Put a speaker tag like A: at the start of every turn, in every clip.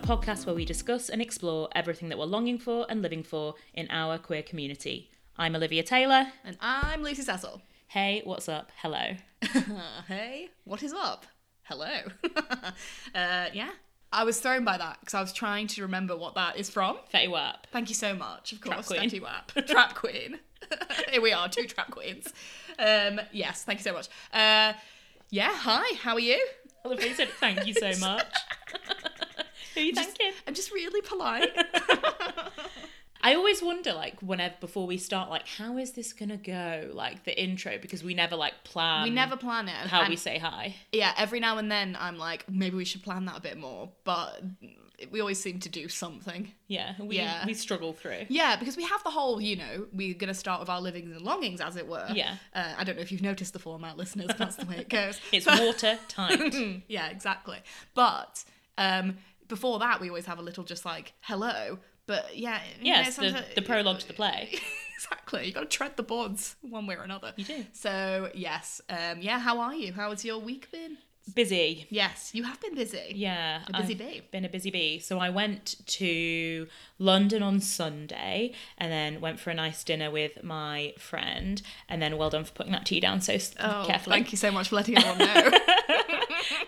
A: podcast where we discuss and explore everything that we're longing for and living for in our queer community. I'm Olivia Taylor.
B: And I'm Lucy Cecil.
A: Hey, what's up? Hello. Uh,
B: hey, what is up? Hello. uh, yeah. I was thrown by that because I was trying to remember what that is from.
A: Fetty Wap.
B: Thank you so much, of course,
A: queen.
B: Steffi Wap. Trap Queen. Here we are, two trap queens. Um, yes, thank you so much. Uh, yeah, hi, how are you?
A: Olivia said, thank you so much. Who are you thanking?
B: I'm just really polite.
A: I always wonder, like, whenever before we start, like, how is this gonna go? Like the intro, because we never like plan.
B: we never plan it.
A: how
B: and-
A: we say hi.
B: yeah, every now and then I'm like, maybe we should plan that a bit more, but we always seem to do something.
A: Yeah, we
B: Yeah.
A: we struggle through.
B: Yeah, because we have the whole, you know, we're going to start with our livings and longings, as it were.
A: Yeah.
B: Uh, I don't know if you've noticed the format, listeners, but that's the way it goes.
A: It's watertight.
B: Mm, yeah, exactly. But um, before that, we always have a little just like, hello. But yeah, you
A: yes,
B: know,
A: the,
B: sometimes-
A: the prologue to the play.
B: exactly. You've got to tread the boards one way or another.
A: You do.
B: So, yes. Um, yeah, how are you? How has your week been?
A: Busy.
B: Yes, you have been busy.
A: Yeah.
B: A busy
A: I've
B: bee.
A: Been a busy bee. So I went to London on Sunday and then went for a nice dinner with my friend. And then well done for putting that tea down so s-
B: Oh,
A: carefully.
B: thank you so much for letting everyone know.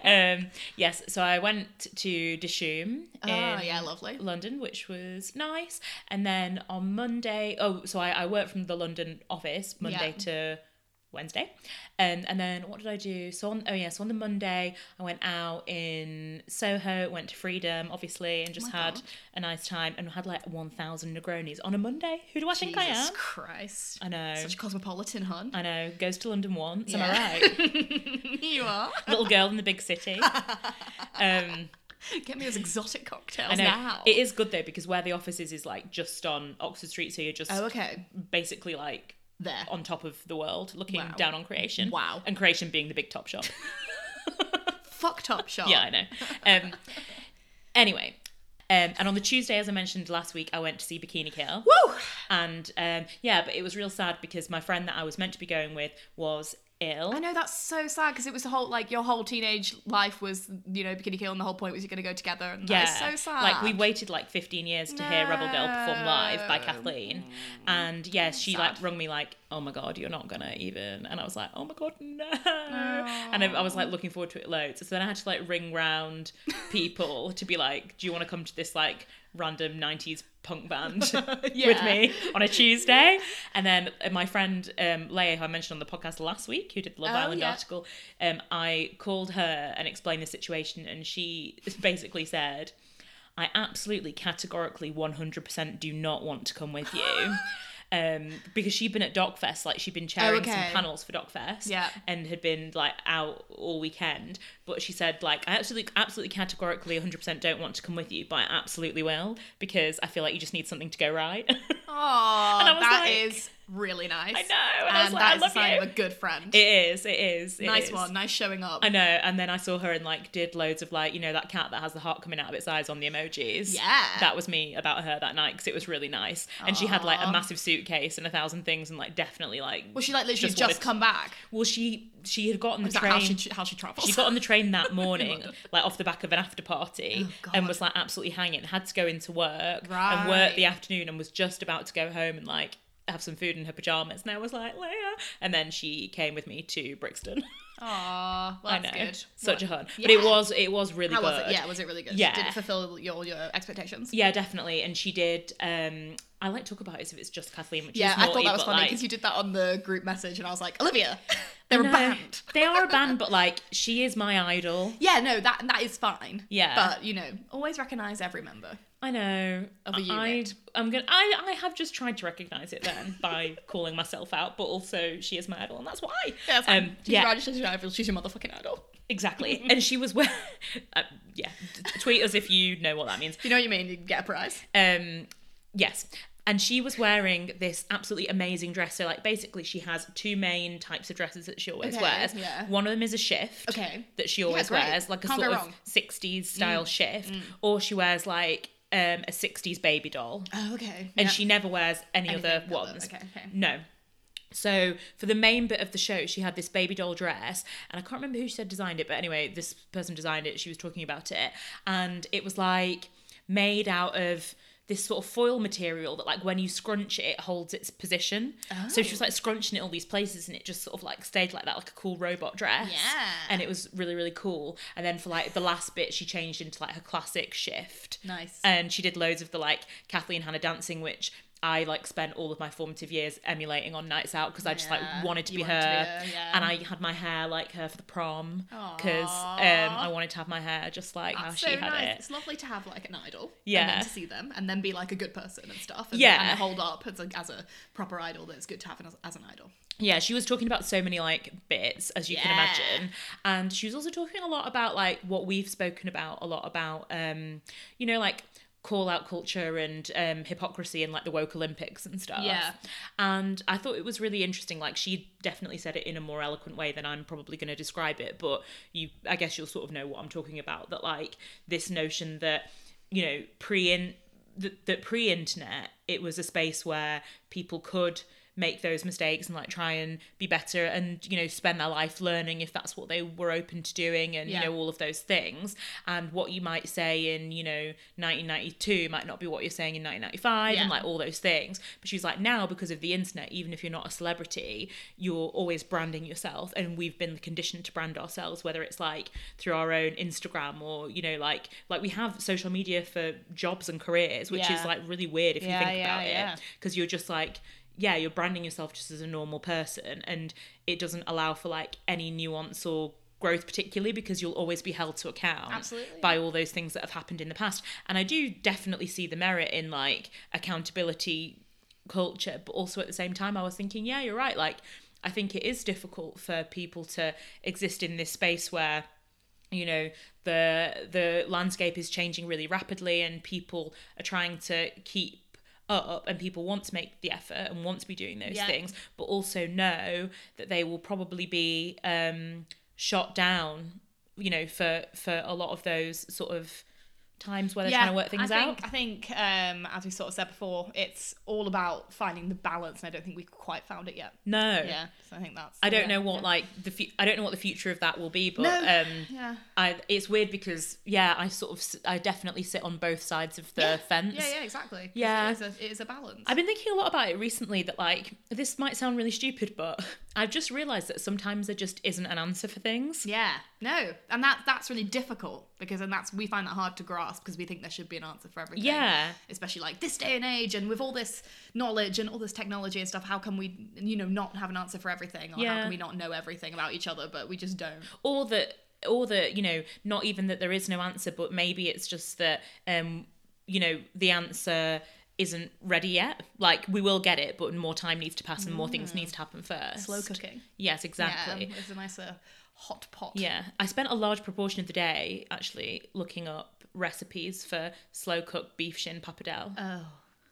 A: Um, yes, so I went to Dishoom in
B: Ah, yeah, lovely.
A: London, which was nice. And then on Monday, oh, so I, I worked from the London office Monday
B: Yeah.
A: to Wednesday. Um, and then what did I do? So on, oh, yeah, so on the Monday, I went out in Soho, went to Freedom, obviously, and just
B: Oh my
A: had
B: God.
A: a nice time and had like 1,000 Negronis on a Monday. Who do I think I
B: Jesus
A: am?
B: Christ.
A: I know.
B: Such a cosmopolitan, hun.
A: I know. Goes to London once. Am
B: Yeah.
A: I right?
B: you are.
A: Little girl in the big city. Um,
B: Get me those exotic cocktails
A: I know.
B: now.
A: It is good though because where the office is is like just on Oxford Street, so you're just
B: oh, okay.
A: basically like
B: There.
A: on top of the world, looking
B: Wow.
A: down on creation.
B: Wow.
A: And creation being the big top shop.
B: Fuck Top Shop.
A: yeah, I know. Um, anyway. Um, and on the Tuesday, as I mentioned last week, I went to see Bikini Kill.
B: Woo!
A: And um, yeah, but it was real sad because my friend that I was meant to be going with was ill.
B: I know that's so sad because it was the whole like your whole teenage life was you know Bikini Kill and the whole point was you're gonna go together and
A: Yeah.
B: that is so sad.
A: Like we waited like 15 years to hear Rebel Girl perform live by
B: No.
A: Kathleen. And yes, she like
B: Sad.
A: rung me like, "Oh my god, you're not gonna even." And I was like, "Oh my god, no." And I, I was like looking forward to it loads. So then I had to like ring round people to be like, "Do you want to come to this like random 90s punk band with
B: Yeah.
A: me on a Tuesday?" And then uh, my friend um Leia, who I mentioned on the podcast last week, who did the Love
B: Oh,
A: Island
B: yeah.
A: article, um, I called her and explained the situation, and she basically said, I absolutely categorically 100% do not want to come with you. Um, because she'd been at DocFest, like she'd been chairing some
B: Oh, okay.
A: panels for DocFest,
B: Yeah.
A: and had been like out all weekend. But she said, like, I absolutely, absolutely categorically 100% don't want to come with you, but I absolutely will because I feel like you just need something to go right. And I
B: Oh,
A: was
B: that
A: like-
B: is really nice.
A: I know, and I was like,
B: that
A: I
B: is
A: love
B: a sign
A: you.
B: of a good friend.
A: it is, it is, it
B: nice
A: is.
B: one. Nice showing up.
A: I know. And then I saw her and like did loads of like, you know, that cat that has the heart coming out of its eyes on the emojis.
B: Yeah.
A: That was me about her that night because it was really nice. And she had like a massive suitcase and a thousand things and like definitely like.
B: well, she like literally just,
A: wanted-
B: come back.
A: Well, she she had gotten the
B: Is that
A: train.
B: how she how she travels?
A: She got on the train that morning, like off the back of an after party,
B: Oh, God.
A: and was like absolutely hanging. Had to go into work and work
B: Right.
A: the afternoon, and was just about to go home and like have some food in her pajamas. And I was like, Leia. And then she came with me to Brixton.
B: Aw, well,
A: I
B: that's
A: know,
B: good.
A: such
B: What-
A: a hun. But it
B: Yeah.
A: was it was really
B: How
A: good.
B: was it? Yeah, was it really good?
A: Yeah.
B: Did it fulfill your your expectations?
A: Yeah, definitely. And she did. um I like to talk about it as if it's just Kathleen, which
B: Yeah,
A: is
B: I
A: naughty,
B: thought that was
A: but
B: funny
A: like,
B: because you did that on the group message, and I was like, Olivia, they're a
A: No,
B: band.
A: they are a band, but like she is my idol.
B: Yeah, no, that that is fine.
A: Yeah.
B: but you know, always recognise every member.
A: I know.
B: Of a
A: I,
B: unit.
A: I'm gonna. I, I have just tried to recognise it then by calling myself out, but also she is my idol, and that's why.
B: Yeah, that's fine.
A: Um,
B: she's
A: yeah,
B: your idol, she's your idol, she's your motherfucking idol.
A: exactly. and she was. wearing. uh, yeah, t- tweet us if you know what that means.
B: You know what you mean? You get a prize.
A: Um, yes. And she was wearing this absolutely amazing dress. So, like, basically, she has two main types of dresses that she always
B: Okay,
A: wears.
B: yeah.
A: One of them is a shift
B: Okay.
A: that she always
B: great.
A: wears, like a
B: Can't go
A: sort of
B: wrong. Mm.
A: 60s style shift, or she wears like um, a 60s baby doll.
B: Oh, okay.
A: And
B: Yeah.
A: she never wears any other
B: Anything other-
A: ones.
B: okay, okay.
A: No. So for the main bit of the show, she had this baby doll dress, and I can't remember who she said designed it, but anyway, this person designed it. She was talking about it, and it was like made out of this sort of foil material that like when you scrunch it, it holds its position. So she
B: Oh.
A: was like scrunching it all these places and it just sort of like stayed like that, like a cool robot dress.
B: Yeah.
A: And it was really, really cool. And then for like the last bit she changed into like her classic shift. Um,
B: Nice.
A: And she did loads of the like Kathleen Hannah dancing, which I like spent all of my formative years emulating on nights out because I just
B: Yeah,
A: like wanted to
B: you
A: be
B: wanted to be
A: her.
B: her, yeah.
A: And I had my hair like her for the prom because
B: Aw.
A: um, I wanted to have my hair just like how
B: That's
A: Ah, she
B: so
A: had
B: nice.
A: it.
B: It's lovely to have like an idol. And
A: Yeah.
B: then to see them and then be like a good person and stuff. And,
A: Yeah.
B: And hold up as a, as a proper idol that's good to have as, as an idol.
A: Yeah, she was talking about so many like bits as you can
B: Yeah.
A: imagine, and she was also talking a lot about like what we've spoken about a lot about, um, you know, like call out culture and um, hypocrisy and like the woke Olympics and stuff.
B: Yeah.
A: and I thought it was really interesting. Like she definitely said it in a more eloquent way than I'm probably going to describe it, but you, I guess you'll sort of know what I'm talking about. That like this notion that you know pre-in that, that pre-internet it was a space where people could make those mistakes and like try and be better and you know spend their life learning if that's what they were open to doing and
B: Yeah.
A: you know all of those things and what you might say in you know 1992 might not be what you're saying in 1995 and
B: Yeah.
A: like all those things but she's like now because of the internet even if you're not a celebrity you're always branding yourself and we've been conditioned to brand ourselves whether it's like through our own Instagram or you know like like we have social media for jobs and careers which
B: Yeah.
A: is like really weird if you
B: Yeah,
A: think
B: yeah,
A: about
B: yeah.
A: it because you're just like yeah you're branding yourself just as a normal person and it doesn't allow for like any nuance or growth particularly because you'll always be held to account
B: Absolutely.
A: by all those things that have happened in the past and i do definitely see the merit in like accountability culture but also at the same time i was thinking yeah you're right like i think it is difficult for people to exist in this space where you know the the landscape is changing really rapidly and people are trying to keep up and people want to make the effort and want to be doing those
B: Yeah.
A: things but also know that they will probably be um shot down you know for for a lot of those sort of times where they're trying to work things
B: I
A: out
B: think, I think, um, as we sort of said before, it's all about finding the balance, and I don't think we've quite found it yet.
A: no
B: Yeah, so I think that's.
A: i don't
B: yeah,
A: know what like the fu- i don't know what the future of that will be but
B: No.
A: um
B: Yeah.
A: I, it's weird because yeah i sort of s- i definitely sit on both sides of the fence
B: Yeah, yeah, exactly. 'Cause
A: Yeah.
B: it is a, it is a balance.
A: I've been thinking a lot about it recently that, like, this might sound really stupid, but I've just realised that sometimes there just isn't an answer for things.
B: yeah, no, and that that's really difficult because and that's we find that hard to grasp because we think there should be an answer for everything.
A: Yeah.
B: especially like this day and age and with all this knowledge and all this technology and stuff how can we you know not have an answer for everything or how
A: Yeah.
B: can we not know everything about each other but we just don't
A: Or that, or that, you know, not even that there is no answer, but maybe it's just that, um, you know, the answer isn't ready yet. Like, we will get it, but more time needs to pass and more things needs to happen first.
B: Mm. slow cooking
A: Yes, exactly.
B: yeah it's a nice uh, hot pot
A: Yeah, I spent a large proportion of the day actually looking up recipes for slow cooked beef shin pappardelle.
B: oh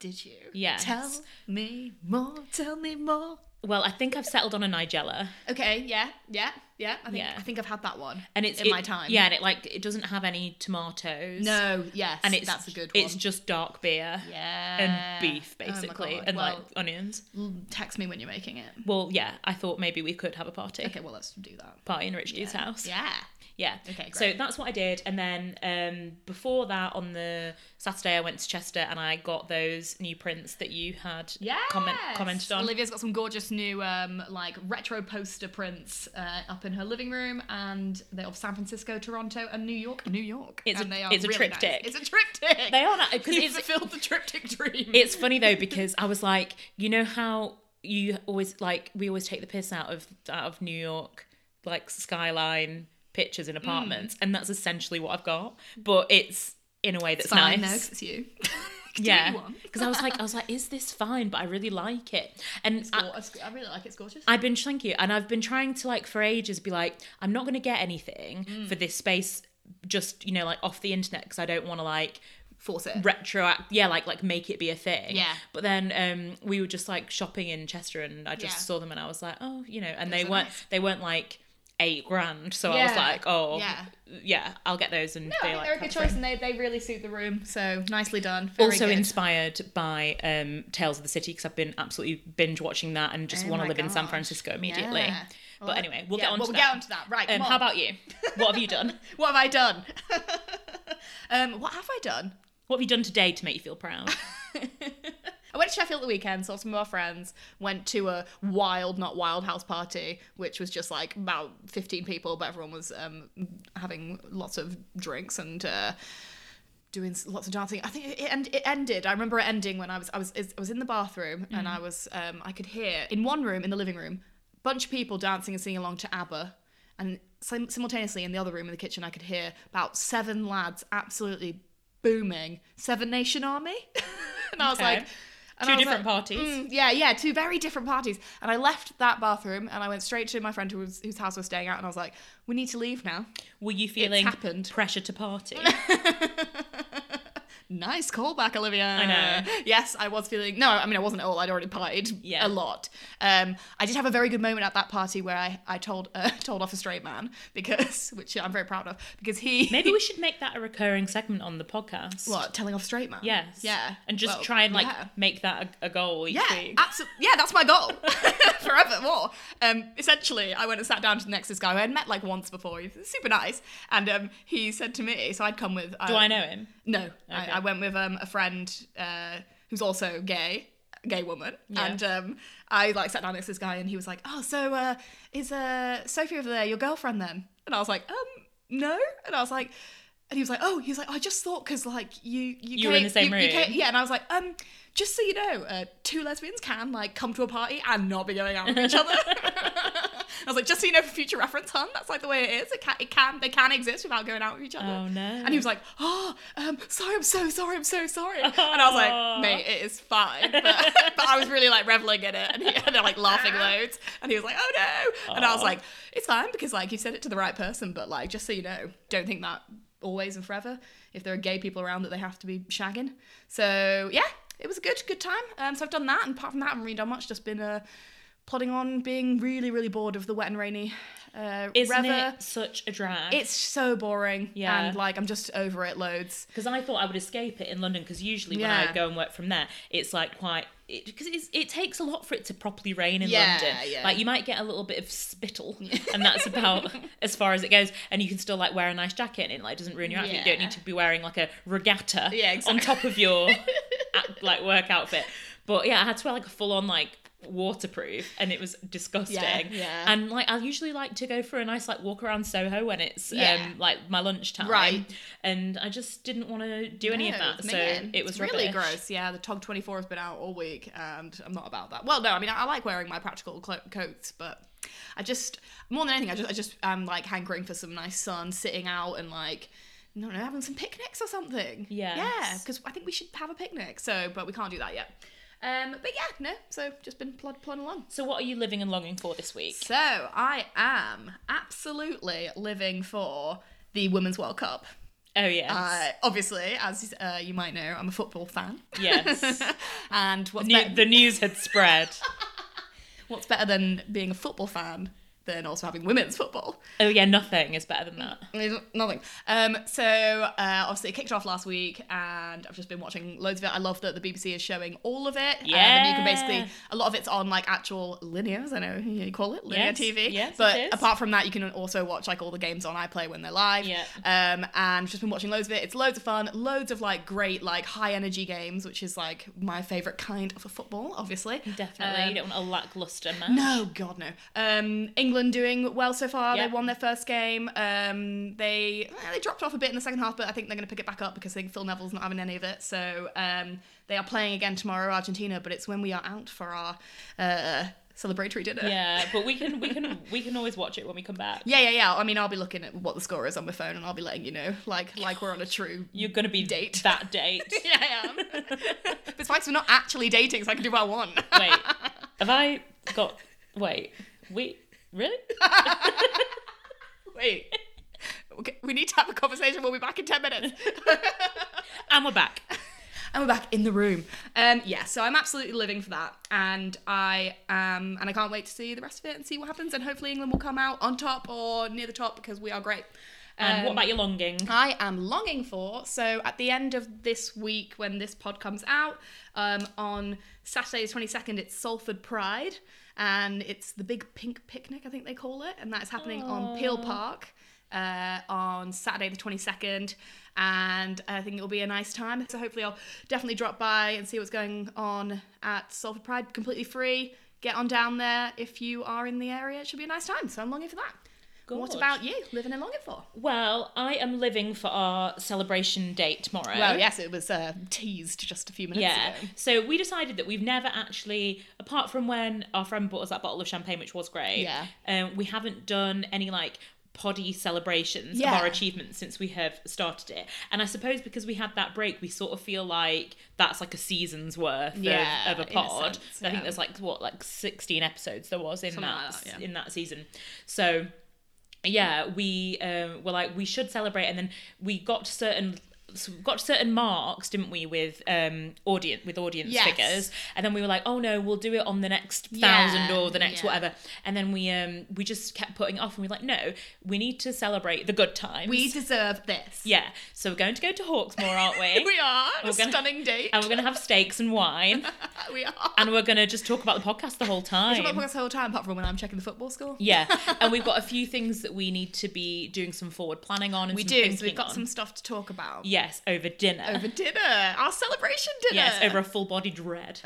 B: did you
A: Yes.
B: tell me more tell me more
A: Well, I think I've settled on a nigella.
B: okay yeah yeah yeah i think
A: Yeah.
B: i think i've had that one
A: and it's
B: in
A: it-
B: my time
A: Yeah, and it like it doesn't have any tomatoes.
B: no yes
A: and it's
B: that's a good one
A: It's just dark beer
B: yeah
A: and beef
B: Oh my
A: basically,
B: God.
A: and like
B: well,
A: onions.
B: l- text me when you're making it
A: Well, yeah, I thought maybe we could have a party.
B: okay well let's do that
A: Party in Rich Dude's house.
B: yeah
A: Yeah.
B: Okay,
A: So
B: great.
A: that's what I did, and then um, before that, on the Saturday, I went to Chester and I got those new prints that you had comment,
B: Yes!
A: commented on.
B: Olivia's got some gorgeous new um, like retro poster prints uh, up in her living room, and they're of San Francisco, Toronto, and New York. New York.
A: It's a-
B: and
A: it's a
B: nice.
A: triptych.
B: It's a triptych.
A: They are because
B: you
A: it's
B: fulfilled the triptych dream.
A: It's funny though because I was like, you know how you always like we always take the piss out of out of New York like skyline pictures in
B: Mm.
A: apartments, and that's essentially what I've got, but it's in a way that's
B: fine though, 'cause
A: nice.
B: it's you.
A: yeah, because
B: because
A: I was like, I was like, is this fine? But I really like it, and I,
B: I, really like it. It's gorgeous.
A: I've been thank you, and I've been trying to like for ages be like, I'm not going to get anything
B: Mm.
A: for this space, just you know, like off the internet because I don't want to like
B: Force it.
A: retro yeah like like make it be a thing
B: Yeah.
A: but then um we were just like shopping in chester and i just
B: Yeah.
A: saw them and i was like oh you know and they
B: are
A: weren't
B: nice.
A: they weren't like eight grand so i was
B: Yeah.
A: like oh
B: Yeah.
A: yeah, i'll get those and
B: no, I
A: they
B: think
A: like
B: they're a
A: have
B: good
A: a
B: choice,
A: frame.
B: and they, they really suit the room. So nicely done. Very
A: also
B: good.
A: inspired by um tales of the city because i've been absolutely binge watching that and just
B: Oh
A: want to
B: my
A: live in san
B: gosh.
A: francisco immediately
B: Yeah.
A: but
B: Well,
A: anyway we'll
B: yeah,
A: get on
B: well,
A: to
B: we'll
A: that
B: get on to that. Right.
A: um,
B: come
A: how
B: on.
A: about you what have you done
B: What have I done? um, what have I done?
A: What have you done today to make you feel proud?
B: I went to Sheffield the weekend, saw some of our friends, went to a wild, not wild house party, which was just like about 15 people, but everyone was um, having lots of drinks and. Uh, Doing s- lots of dancing. I think it, end, it ended. I remember it ending when I was I was I was in the bathroom and I was um, I could hear in one room in the living room, bunch of people dancing and singing along to ABBA, and sim- simultaneously in the other room in the kitchen I could hear about seven lads absolutely booming Seven Nation Army, and I was
A: Okay.
B: like, and
A: Two
B: I was
A: different
B: like,
A: parties.
B: "Mm, yeah, yeah, two very different parties. And I left that bathroom and I went straight to my friend who was, whose house I was staying at, and I was like, "We need to leave now."
A: Were you feeling
B: happened.
A: pressure to party?
B: Nice callback, Olivia. I
A: know.
B: Yes, I was feeling. No, I mean, I wasn't at all. I'd already partied
A: Yeah.
B: a lot. Um, I did have a very good moment at that party where I, I told uh, told off a straight man because, which I'm very proud of, because he
A: Maybe we should make that a recurring segment on the podcast.
B: what telling off straight man.
A: Yes.
B: Yeah.
A: And just
B: Well,
A: try and like
B: yeah.
A: make that a, a goal each
B: Yeah,
A: week.
B: absolutely. Yeah, that's my goal forevermore. Um, essentially, I went and sat down to the next to this guy who I had met like once before. He's super nice, and um, he said to me, so I'd come with. uh,
A: Do I know him?
B: No,
A: Okay.
B: I, I went with um, a friend uh, who's also gay, a gay woman,
A: Yeah.
B: and um, I like sat down next to this guy, and he was like, "Oh, so uh, is uh, Sophie over there your girlfriend then?" And I was like, "Um, no," and I was like. And he was like, "Oh, he was like, I just thought because like you, you,
A: You were in
B: came-
A: the same
B: you- you
A: room.
B: came- yeah." And I was like, "Um, just so you know, uh, two lesbians can like come to a party and not be going out with each other." I was like, "Just so you know, for future reference, hun, that's like the way it is. It can, it can, they can exist without going out with each other."
A: Oh, no.
B: And he was like, "Oh, um, sorry, I'm so sorry, I'm so sorry." And I was
A: Aw.
B: like, "Mate, it is fine." But, but I was really like reveling in it, and, he, and they're like laughing loads. And he was like, "Oh no!" And I was
A: Aw.
B: like, "It's fine because like you said it to the right person, but like just so you know, don't think that always and forever. If there are gay people around that they have to be shagging." So yeah, it was a good good time. Um, so I've done that, and apart from that, I haven't really done much. Just been uh, plodding on, being really really bored of the wet and rainy. Uh,
A: Isn't
B: weather.
A: it such a drag?
B: It's so boring.
A: Yeah.
B: And like I'm just over it loads.
A: because I thought I would escape it in London because usually when I
B: Yeah.
A: go and work from there, it's like quite because it, 'cause it's- it takes a lot for it to properly rain in
B: Yeah,
A: London.
B: yeah.
A: Like you might get a little bit of spittle, and that's about as far as it goes. And you can still like wear a nice jacket, and it like doesn't ruin your outfit. You don't
B: Yeah.
A: need to be wearing like a regatta
B: Yeah,
A: on
B: exactly.
A: top of your at- like work outfit. But yeah, I had to wear like a full on like waterproof and it was disgusting
B: yeah.
A: and like i usually like to go for a nice like walk around soho when it's
B: Yeah.
A: um like my lunchtime
B: Right.
A: and I just didn't want to do any of
B: No,
A: that. So
B: again,
A: it was
B: it's really
A: rubbish.
B: gross. Yeah, the Tog 24 has been out all week, and I'm not about that. Well, no, I mean I, I like wearing my practical clo- coats, but I just more than anything, I just I just am like hankering for some nice sun, sitting out, and like. No, no, having some picnics or something. Yeah,
A: Yes.
B: because I think we should have a picnic. So, but we can't do that yet. Um, but yeah, no. So just been plod plodding along.
A: So what are you living and longing for this week?
B: So I am absolutely living for the Women's World Cup.
A: Oh yes,
B: Uh, obviously, as uh, you might know, I'm a football fan.
A: yes.
B: and what's,
A: New-
B: bet-
A: the news had spread.
B: what's better than being a football fan than also having women's football?
A: Oh yeah, nothing is better than that.
B: There's Nothing. Um, so uh, obviously, it kicked off last week, and I've just been watching loads of it. I love that the BBC is showing all of it. Um, and you
A: Yeah.
B: can basically a lot of it's on like actual linear, as I know you call it linear
A: Yes,
B: TV.
A: yes, it
B: but
A: is.
B: apart from that, you can also watch like all the games on iPlay when they're live.
A: Yeah.
B: Um, and just been watching loads of it. It's loads of fun, loads of like great like high energy games, which is like my favorite kind of football, obviously.
A: Definitely,
B: Um,
A: you don't want a lackluster match.
B: no, God, no. Um, England doing well so far.
A: Yeah.
B: They won their first game. Um, they eh, they dropped off a bit in the second half, but I think they're going to pick it back up because I think Phil Neville's not having any of it. So um, they are playing again tomorrow, Argentina. But it's when we are out for our uh, celebratory dinner.
A: Yeah, but we can we can we can always watch it when we come back.
B: Yeah, yeah, yeah. I mean, I'll be looking at what the score is on my phone, and I'll be letting you know, like, like we're on a true.
A: You're gonna be
B: Date.
A: that date.
B: yeah, I am. but it's fine 'cause we're not actually dating, so I can do what I want.
A: Wait, have I got? Wait, we really?
B: Wait, okay, we need to have a conversation. We'll be back in ten minutes.
A: And we're back.
B: and we're back in the room. Um, yeah, so I'm absolutely living for that, and I um, and I can't wait to see the rest of it and see what happens, and hopefully England will come out on top or near the top because we are great.
A: And what
B: Um,
A: about your longing?
B: I am longing for. So at the end of this week, when this pod comes out, um, on Saturday the 22nd, it's Salford Pride, and it's the big pink picnic, I think they call it, and that's happening on Peel Park. uh, on Saturday the 22nd, and I think it'll be a nice time. So hopefully, I'll definitely drop by and see what's going on at Salford Pride completely free. Get on down there if you are in the area. It should be a nice time. So I'm longing for that. What
A: Gorge.
B: about you? Living and longing for?
A: Well, I am living for our celebration date tomorrow.
B: Well, yes, it was uh, teased just a few minutes
A: Yeah.
B: ago.
A: So we decided that we've never actually, apart from when our friend bought us that bottle of champagne, which was great.
B: Yeah.
A: Um, we haven't done any like poddy celebrations
B: Yeah.
A: of our achievements since we have started it. And I suppose because we had that break, we sort of feel like that's like a season's worth of-
B: Yeah,
A: of,
B: in
A: a
B: a
A: pod.
B: sense,
A: I think
B: yeah.
A: there's like what like 16 episodes there was in
B: Something
A: that,
B: like that, yeah.
A: in that season. So yeah, we um, were like we should celebrate, and then we got to certain so we got to certain marks, didn't we, with um audience with audience
B: Yes.
A: figures, and then we were like, oh no, we'll do it on the next
B: Yeah,
A: thousand or the next
B: yeah.
A: whatever, and then we um we just kept putting it off, and we were like, no, we need to celebrate the good times.
B: We deserve this.
A: yeah, so we're going to go to Hawksmoor, aren't we?
B: We are. A
A: We're gonna-
B: stunning date.
A: and we're gonna have steaks and wine,
B: we are.
A: and we're gonna just talk about the podcast the whole time.
B: I'm the whole time, apart from when I'm checking the football score.
A: Yeah, and we've got a few things that we need to be doing some forward planning on. And
B: We
A: some
B: do. So
A: thinking
B: we've got
A: on.
B: some stuff to talk about
A: Yes, over dinner.
B: over dinner, our celebration dinner.
A: yes, over a full-bodied red.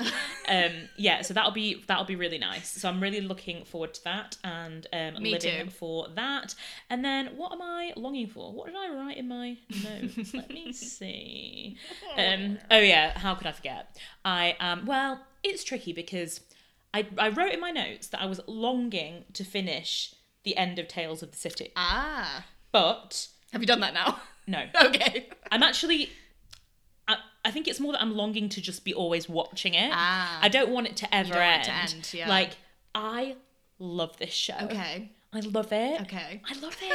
A: um, yeah, so that'll be that'll be really nice. So I'm really looking forward to that and um,
B: Me
A: living
B: too.
A: for that. And then, what am I longing for? What did I write in my notes? Let me see. Um, oh yeah, how could I forget? I um, well, it's tricky because I I wrote in my notes that I was longing to finish the end of Tales of the City,
B: Ah,
A: but
B: have you done that now?
A: no,
B: okay.
A: I'm actually. I, I think it's more that I'm longing to just be always watching it.
B: Ah.
A: I don't want it to ever
B: don't want
A: end.
B: it to end, yeah.
A: Like I love this show.
B: Okay.
A: I love it.
B: Okay.
A: I love it.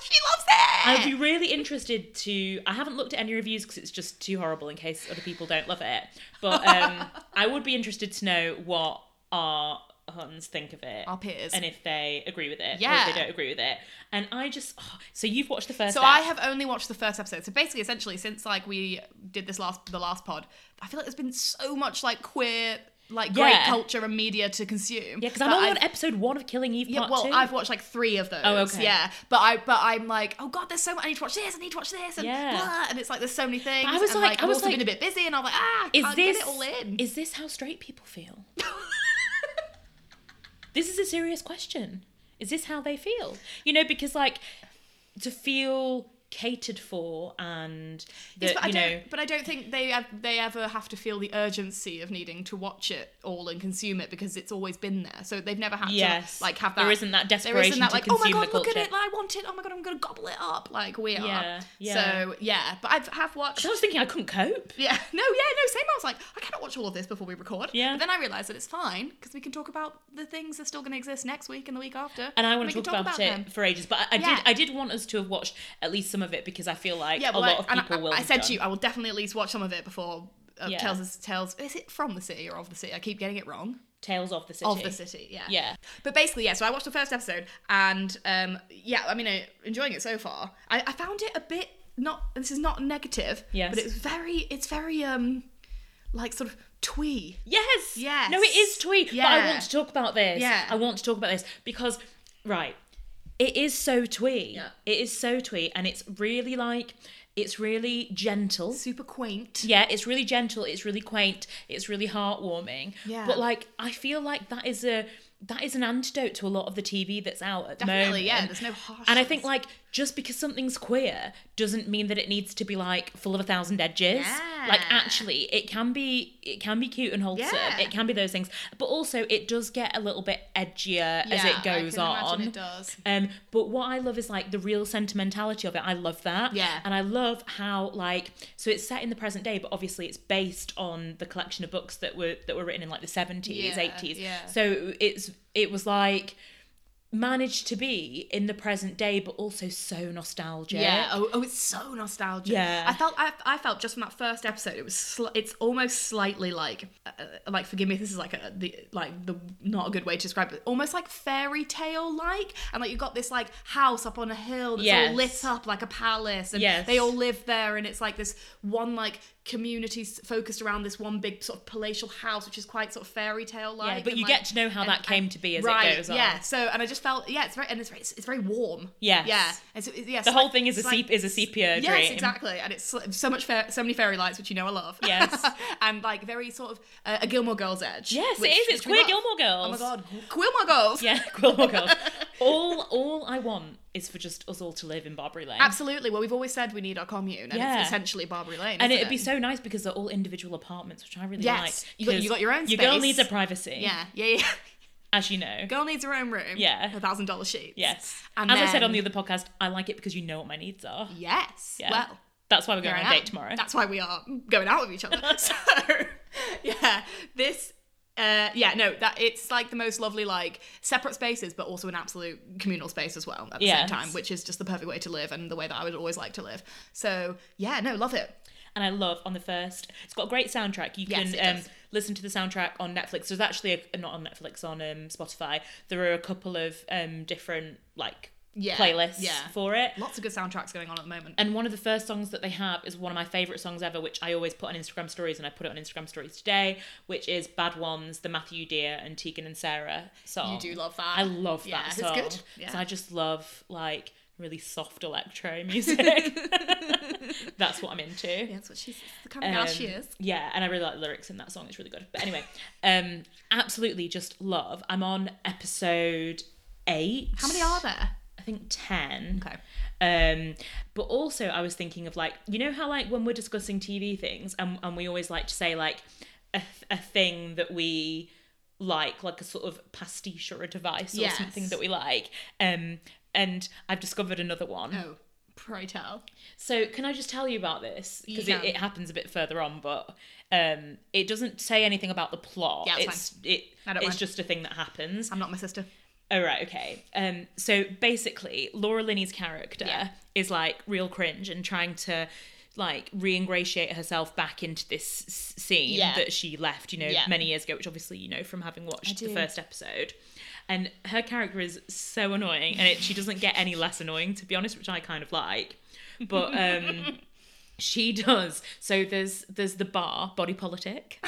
B: she loves it.
A: I'd be really interested to. I haven't looked at any reviews because it's just too horrible in case other people don't love it. But um, I would be interested to know what our Huns think of it.
B: Our peers.
A: And if they agree with it. Or
B: Yeah.
A: if they don't agree with it. And I just. oh, so you've watched the first
B: so
A: ep.
B: I have only watched the first episode. So basically, essentially, since like we did this last the last pod, I feel like there's been so much like queer like great
A: Yeah.
B: culture and media to consume.
A: Yeah, because I'm
B: that
A: only
B: I've-
A: on episode one of Killing Eve
B: Yeah,
A: Part
B: well,
A: 2.
B: I've watched like three of those.
A: Oh, okay.
B: Yeah, but I but I'm like, oh god, there's so much. I need to watch this. I need to watch this, and
A: Yeah.
B: blah, and it's like there's so many things.
A: I was
B: and,
A: like- I
B: I've
A: was
B: also
A: like,
B: been a bit busy, and I'm like, ah,
A: is
B: can't
A: this
B: get it all in.
A: is this how straight people feel? This is a serious question. Is this how they feel? You know, because like to feel catered for and that,
B: Yes, but I
A: you
B: don't.
A: know
B: But I don't think they ev- they ever have to feel the urgency of needing to watch it all and consume it because it's always been there. So they've never had
A: Yes.
B: to like have that.
A: There isn't that
B: There isn't
A: desperation
B: that
A: to
B: like, oh my
A: consume
B: god,
A: the
B: look at
A: culture."
B: it! I want it! Oh my god, I'm gonna gobble it up! Like we are.
A: Yeah, yeah.
B: So yeah, but I have watched.
A: 'cause I was thinking I couldn't cope.
B: Yeah, no, yeah, no, same. I was like, I cannot watch all of this before we record.
A: Yeah.
B: But then I realised that it's fine because we can talk about the things that's still going to exist next week and the week after.
A: And I want
B: we
A: to
B: can
A: talk, about, it
B: them.
A: for ages, but I, I
B: Yeah.
A: did. I did want us to have watched at least some of it because I feel like
B: Yeah,
A: a
B: well,
A: lot
B: I,
A: of
B: and
A: people
B: I,
A: will.
B: I
A: have
B: said
A: done.
B: to you, I will definitely at least watch some of it before. Uh,
A: Yeah.
B: Tales is Tales. Is it from the city or of the city? I keep getting it wrong.
A: Tales of the City.
B: Of the city, yeah.
A: Yeah.
B: But basically, yeah. So I watched the first episode, and um, yeah, I mean, uh, enjoying it so far. I, I found it a bit not. This is not negative.
A: Yes.
B: But it's very, it's very um, like sort of twee.
A: Yes.
B: Yes.
A: No, it is twee. But I
B: Yeah.
A: want to talk about this.
B: Yeah.
A: I want to talk about this because, right, it is so twee.
B: Yeah.
A: It is so twee, and it's really like, it's really gentle.
B: super quaint.
A: Yeah, it's really gentle. It's really quaint. It's really heartwarming.
B: Yeah.
A: But like, I feel like that is a that is an antidote to a lot of the TV that's out at the moment.
B: Definitely, yeah. There's no harshness.
A: And I think like just because something's queer doesn't mean that it needs to be like full of a thousand edges.
B: Yeah.
A: Like actually, it can be it can be cute and wholesome.
B: Yeah.
A: It can be those things, but also it does get a little bit edgier as
B: Yeah,
A: it goes
B: I can
A: on.
B: imagine it does.
A: Um, but what I love is like the real sentimentality of it. I love that.
B: Yeah.
A: And I love how like so it's set in the present day, but obviously it's based on the collection of books that were that were written in like the seventies,
B: Yeah,
A: eighties.
B: yeah.
A: So it's it was like managed to be in the present day, but also so nostalgic.
B: Yeah. Oh, oh, it's so nostalgic.
A: Yeah.
B: I felt. I, I felt just from that first episode. It was. Sl- it's almost slightly like. Uh, uh, like, forgive me. if This is like a the like the not a good way to describe it. Almost like fairy tale like, and like you got this like house up on a hill that's all
A: Yes.
B: lit up like a palace, and
A: Yes.
B: they all live there, and it's like this one like communities focused around this one big sort of palatial house, which is quite sort of fairy tale like.
A: Yeah, but you get to know how that came to be as it
B: right,
A: goes on.
B: yeah. So, and I just felt, yeah, it's very, and it's very, it's, it's very warm.
A: Yes.
B: yeah. And so, yeah
A: The whole thing is a
B: sepia.
A: sep- is a sepia
B: Yes,
A: dream.
B: exactly, and it's sl- so much, fair, so many fairy lights, which you know I love.
A: Yes.
B: and like very sort of uh, a Gilmore Girls edge.
A: Yes,
B: which-
A: it is. It's
B: which we
A: queer
B: love.
A: Gilmore Girls.
B: Oh my god, Gilmore Girls.
A: Yeah, Gilmore Girls. all all I want is for just us all to live in Barbary Lane.
B: Absolutely. Well, we've always said we need our commune, and
A: Yeah.
B: it's essentially Barbary Lane.
A: And
B: isn't
A: it'd be so nice because they're all individual apartments, which I really
B: Yes.
A: like.
B: You got- you
A: 'cause
B: got your own
A: Your girl
B: space.
A: needs her privacy.
B: Yeah, yeah, yeah.
A: As you know.
B: Girl needs her own room.
A: Yeah.
B: A thousand dollar sheets.
A: Yes.
B: And
A: As I said
B: then-
A: on the other podcast, I like it because you know what my needs are.
B: Yes.
A: Yeah.
B: Well,
A: That's why we're going
B: there
A: on
B: I
A: a date
B: am.
A: tomorrow.
B: That's why we are going out with each other. so, yeah, this. Uh, yeah, no, that it's like the most lovely, like separate spaces, but also an absolute communal space as well at the
A: Yes.
B: same time, which is just the perfect way to live and the way that I would always like to live. So yeah, no, love it.
A: and I love on the first. It's got a great soundtrack. You
B: Yes,
A: can
B: it
A: um,
B: does.
A: listen to the soundtrack on Netflix. There's actually a, not on Netflix on um, Spotify. There are a couple of um, different like
B: Yeah,
A: playlists
B: yeah.
A: for it.
B: Lots of good soundtracks going on at the moment.
A: And one of the first songs that they have is one of my favorite songs ever, which I always put on Instagram stories, and I put it on Instagram stories today, which is "Bad Ones," the Matthew Dear and Tegan and Sarah song.
B: You do love that.
A: I love
B: Yeah,
A: that
B: it's
A: song.
B: good. Yeah.
A: So I just love like really soft electro music. That's what I'm into.
B: Yeah, that's what she's that's the kind of girl
A: Um,
B: she is.
A: Yeah, and I really like the lyrics in that song. It's really good. But anyway, um, absolutely just love. I'm on episode eight.
B: How many are there?
A: I think ten.
B: Okay.
A: Um, but also I was thinking of like you know how like when we're discussing TV things and and we always like to say like a, a thing that we like like a sort of pastiche or a device or
B: Yes.
A: something that we like. Um, and I've discovered another one.
B: Oh, pray tell.
A: So can I just tell you about this
B: You
A: because
B: can.
A: it, it happens a bit further on, but um, it doesn't say anything about the plot.
B: Yeah, it's
A: it's it,
B: I don't
A: it's
B: mind.
A: just a thing that happens.
B: I'm not my sister.
A: Oh right, okay. Um, so basically, Laura Linney's character
B: Yeah.
A: is like real cringe and trying to like re-ingratiate herself back into this s- scene
B: Yeah.
A: that she left, you know,
B: Yeah.
A: many years ago, which obviously you know from having watched the
B: do.
A: first episode. And her character is so annoying, and it, she doesn't get any less annoying, to be honest, which I kind of like. But um, she does. So there's there's the bar, Body Politic,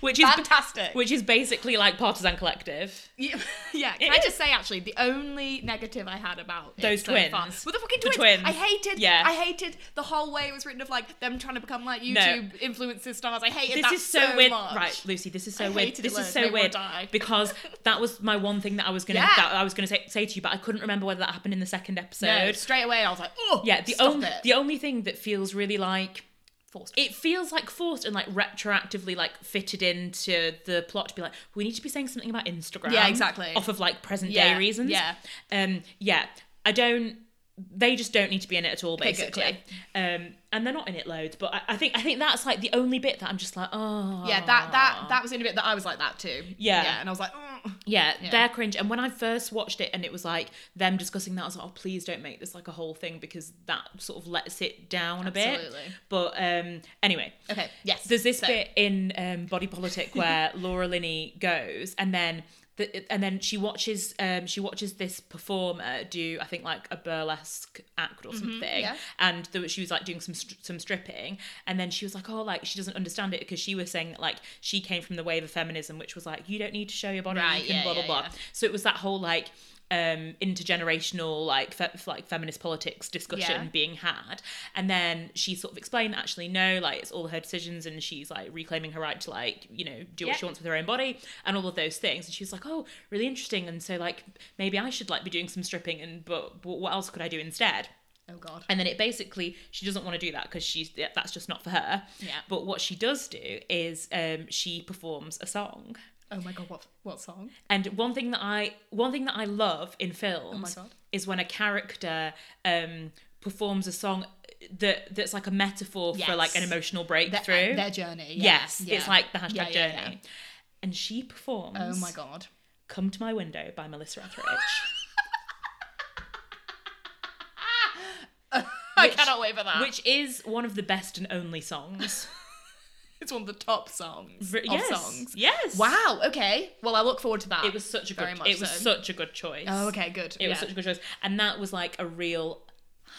A: which is
B: Fantastic.
A: which is basically like Partisan Collective.
B: Yeah, yeah. Can I just say actually, the only negative I had about it
A: Those
B: so
A: twins.
B: far, were the fucking
A: The
B: twins.
A: twins.
B: I hated.
A: Yeah.
B: I hated the whole way it was written of like them trying to become like YouTube influencers stars. I hated
A: this
B: that
A: is so, weird,
B: much.
A: right, Lucy? This is so
B: I
A: weird.
B: hated
A: This
B: it,
A: is
B: Liz.
A: so
B: Maybe we'll
A: weird
B: die.
A: because that was my one thing that I was gonna
B: Yeah.
A: that I was gonna say, say to you, but I couldn't remember whether that happened in the second episode.
B: No, straight away I was like, oh,
A: yeah, the
B: stop
A: only
B: it.
A: the only thing that feels really like
B: Forced.
A: it feels like forced and like retroactively like fitted into the plot to be like we need to be saying something about Instagram.
B: Yeah, exactly.
A: Off of like present
B: Yeah,
A: day reasons.
B: yeah.
A: Um. Yeah. I don't. They just don't need to be in it at all,
B: good,
A: basically. Um. And they're not in it loads, but I, I think I think that's like the only bit that I'm just like, oh.
B: yeah, that that that was the only bit that I was like that too.
A: Yeah.
B: yeah, and I was like, oh.
A: Yeah, they're cringe. And when I first watched it and it was like them discussing that, I was like, oh, please don't make this like a whole thing because that sort of lets it down a bit.
B: Absolutely.
A: But um, anyway.
B: okay, yes.
A: There's this
B: So,
A: bit in um, Body Politic where Laura Linney goes and then. The, and then she watches um, she watches this performer do I think like a burlesque act or something
B: Mm-hmm, yeah.
A: and there was, she was like doing some str- some stripping and then she was like oh like she doesn't understand it because she was saying that, like she came from the wave of feminism which was like you don't need to show your body
B: Right,
A: you can
B: yeah,
A: blah blah
B: yeah,
A: blah
B: yeah.
A: so it was that whole like um intergenerational like fe- like feminist politics discussion
B: Yeah.
A: being had and then she sort of explained actually no like it's all her decisions and she's like reclaiming her right to like you know do what
B: Yeah.
A: she wants with her own body and all of those things and she was like oh really interesting and so like maybe i should like be doing some stripping and but, but what else could i do instead
B: Oh god.
A: and then it basically she doesn't want to do that because she's yeah, that's just not for her
B: Yeah.
A: but what she does do is um she performs a song
B: Oh my god. What what song?
A: and one thing that I one thing that I love in films
B: Oh God.
A: is when a character um, performs a song that that's like a metaphor for
B: Yes.
A: like an emotional
B: Their,
A: breakthrough.
B: their journey. Yeah.
A: yes,
B: yeah.
A: it's like the hashtag
B: Yeah, yeah,
A: journey. And she performs
B: yeah. Oh my god.
A: Come to My Window by Melissa Etheridge.
B: I
A: Which-
B: cannot wait for that.
A: Which is one of the best and only songs.
B: It's one of the top songs
A: R-
B: of
A: yes.
B: songs.
A: Yes.
B: Wow. Okay. Well, I look forward to that.
A: It was such a good
B: Very much
A: it was
B: so.
A: such a good choice.
B: Oh, okay. Good.
A: It was
B: Yeah.
A: such a good choice. And that was like a real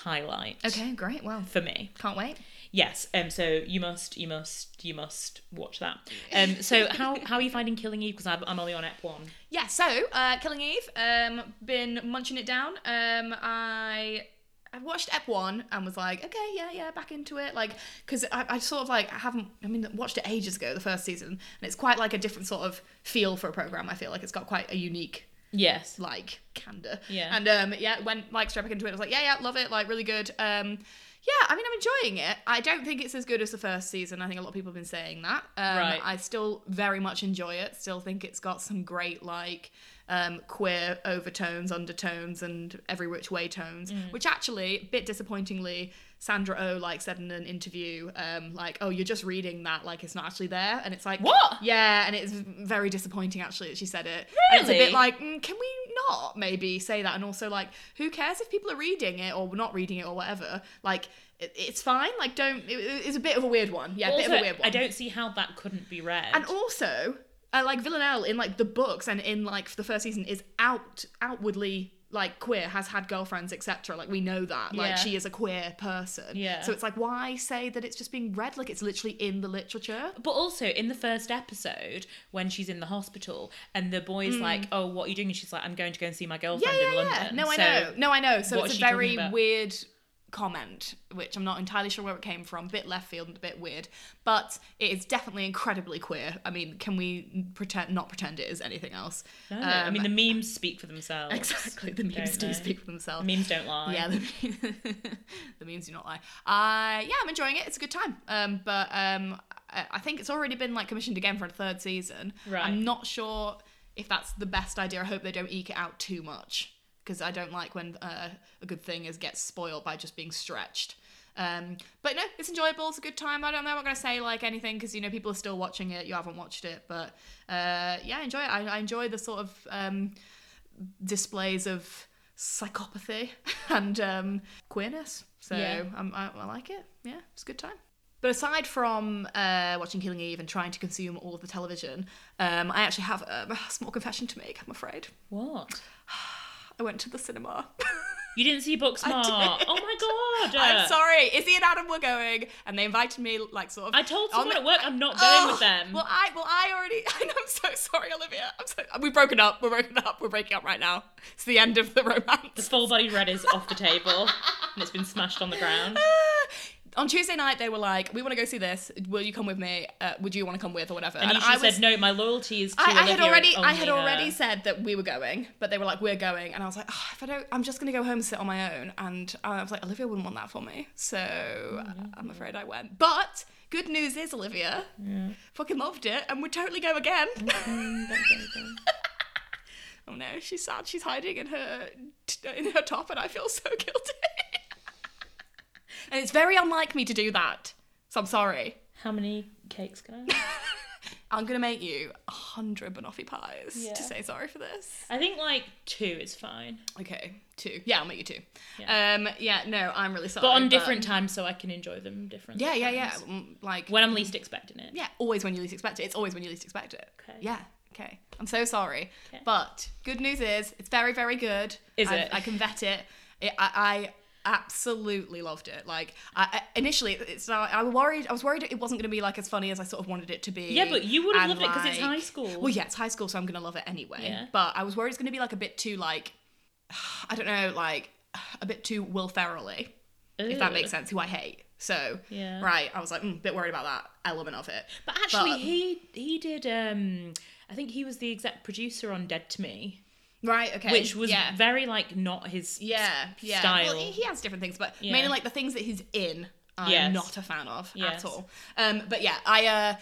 A: highlight
B: Okay, great. Well,
A: for me.
B: can't wait.
A: Yes. Um. So you must, you must, you must watch that. Um. So how how are you finding Killing Eve? Because I'm, I'm only on ep one.
B: Yeah, so uh, Killing Eve, um, been munching it down. Um, I I watched Ep One and was like, okay, yeah, yeah, back into it. Like, because I, I sort of like I haven't, I mean, watched it ages ago, the first season, and it's quite like a different sort of feel for a program. I feel like it's got quite a unique
A: Yes.
B: like candor.
A: Yeah.
B: And um, yeah, when like straight back into it, I was like, yeah, yeah, love it, like really good. Um, yeah, I mean, I'm enjoying it. I don't think it's as good as the first season. I think a lot of people have been saying that. Um,
A: Right.
B: I still very much enjoy it. Still think it's got some great like um, queer overtones, undertones, and every which way tones.
A: Mm.
B: Which actually, a bit disappointingly, Sandra O oh, like said in an interview, um, like, "Oh, you're just reading that. Like, it's not actually there." And it's like,
A: What?
B: Yeah, and it's very disappointing actually that she said it. And it's a
A: Really?
B: bit like, mm, can we not maybe say that? And also, like, who cares if people are reading it or not reading it or whatever? Like, it, it's fine. Like, don't. It, it's a bit of a weird one. Yeah, a bit of
A: Also,
B: a weird one.
A: I don't see how that couldn't be read.
B: And also, uh, like Villanelle in like the books and in like the first season is out outwardly like queer, has had girlfriends, etc. Like we know that. Like
A: Yeah.
B: she is a queer person.
A: Yeah.
B: So it's like, why say that it's just being read? Like it's literally in the literature.
A: But also in the first episode, when she's in the hospital and the boy's like, "Oh, what are you doing?" and she's like, "I'm going to go and see my
B: Mm. Yeah,
A: girlfriend
B: yeah,
A: in
B: yeah.
A: London."
B: No, I
A: So-
B: know. No, I know. So
A: what
B: it's
A: is she
B: a
A: talking
B: very
A: about?
B: weird comment, which I'm not entirely sure where it came from. Bit left field and a bit weird, but it is definitely incredibly queer. I mean, can we pretend not pretend it is anything else?
A: No,
B: Um,
A: I mean the memes speak for themselves.
B: exactly. The memes
A: Don't
B: do
A: know.
B: speak for themselves.
A: Memes don't lie.
B: Yeah, the, the memes do not lie. I yeah, I'm enjoying it. It's a good time. Um, but um, I, I think it's already been like commissioned again for a third season.
A: Right.
B: I'm not sure if that's the best idea. I hope they don't eke it out too much because I don't like when uh, a good thing is gets spoiled by just being stretched. Um, but no, it's enjoyable. It's a good time. I don't know. I'm not gonna say like anything because you know people are still watching it. You haven't watched it, but uh, yeah, I enjoy it. I, I enjoy the sort of um, displays of psychopathy and um, queerness. So
A: Yeah.
B: um, I, I like it. Yeah, it's a good time. But aside from uh, watching Killing Eve and trying to consume all of the television, um, I actually have um, a small confession to make, I'm afraid.
A: What?
B: I went to the cinema.
A: You didn't see Booksmart?
B: I did.
A: Oh my god!
B: I'm sorry. Izzy and Adam were going, and they invited me, like, sort of.
A: I told
B: on
A: someone
B: the-
A: at work I'm not going
B: Oh,
A: with them.
B: Well, I well I already. I know, I'm so sorry, Olivia. I'm so. We've broken up. We're broken up. We're breaking up right now. It's the end of the romance.
A: the full body red is off the table and it's been smashed on the ground.
B: on Tuesday night, they were like, "We want to go see this. Will you come with me? Uh, would you want to come with or whatever?"
A: And, you should have said, "No, my loyalty is to
B: I, I
A: Olivia
B: had already,
A: and
B: I had
A: only uh, her."
B: already said that we were going, but they were like, "We're going," and I was like, oh, "If I don't, I'm just gonna go home and sit on my own." And I was like, "Olivia wouldn't want that for me," so I'm afraid I went. But good news is, Olivia, fucking loved it, and would totally go again. oh no, she's sad. She's hiding in her t- in her top, and I feel so guilty. and it's very unlike me to do that, so I'm sorry.
A: How many cakes can I? have?
B: I'm gonna make you a hundred banoffee pies
A: Yeah.
B: to say sorry for this.
A: I think like two is fine,
B: Okay, two. Yeah, I'll make you two.
A: Yeah.
B: Um, yeah, no, I'm really sorry.
A: but on different times, so I can enjoy them different.
B: Yeah, yeah, yeah.
A: times.
B: mm, Like,
A: When I'm least expecting it.
B: yeah, always when you least expect it. It's always when you least expect it.
A: Okay.
B: Yeah. Okay. I'm so sorry,
A: Okay.
B: but good news is it's very, very good.
A: Is
B: I,
A: it?
B: I can vet it. it I. I absolutely loved it like I, I initially it's not i worried i was worried it wasn't going to be like as funny as i sort of wanted it to be
A: Yeah, but you would have
B: and,
A: loved it 'cause it's high school.
B: well yeah it's high school so i'm going to love it anyway
A: Yeah.
B: but i was worried it's going to be like a bit too like i don't know like a bit too will ferrelly if that
A: Ugh.
B: makes sense, who I hate. So,
A: Yeah.
B: right, I was like, mm, bit worried about that element of it.
A: But actually,
B: But-
A: he he did. um I think he was the exec producer on Dead to Me,
B: Right, okay.
A: which was
B: yeah.
A: very like not his
B: yeah,
A: s-
B: yeah.
A: style.
B: Well, he- he has different things, but
A: Yeah.
B: mainly like the things that he's in, I'm
A: Yes.
B: not a fan of
A: Yes.
B: at all. Um, but yeah, I uh,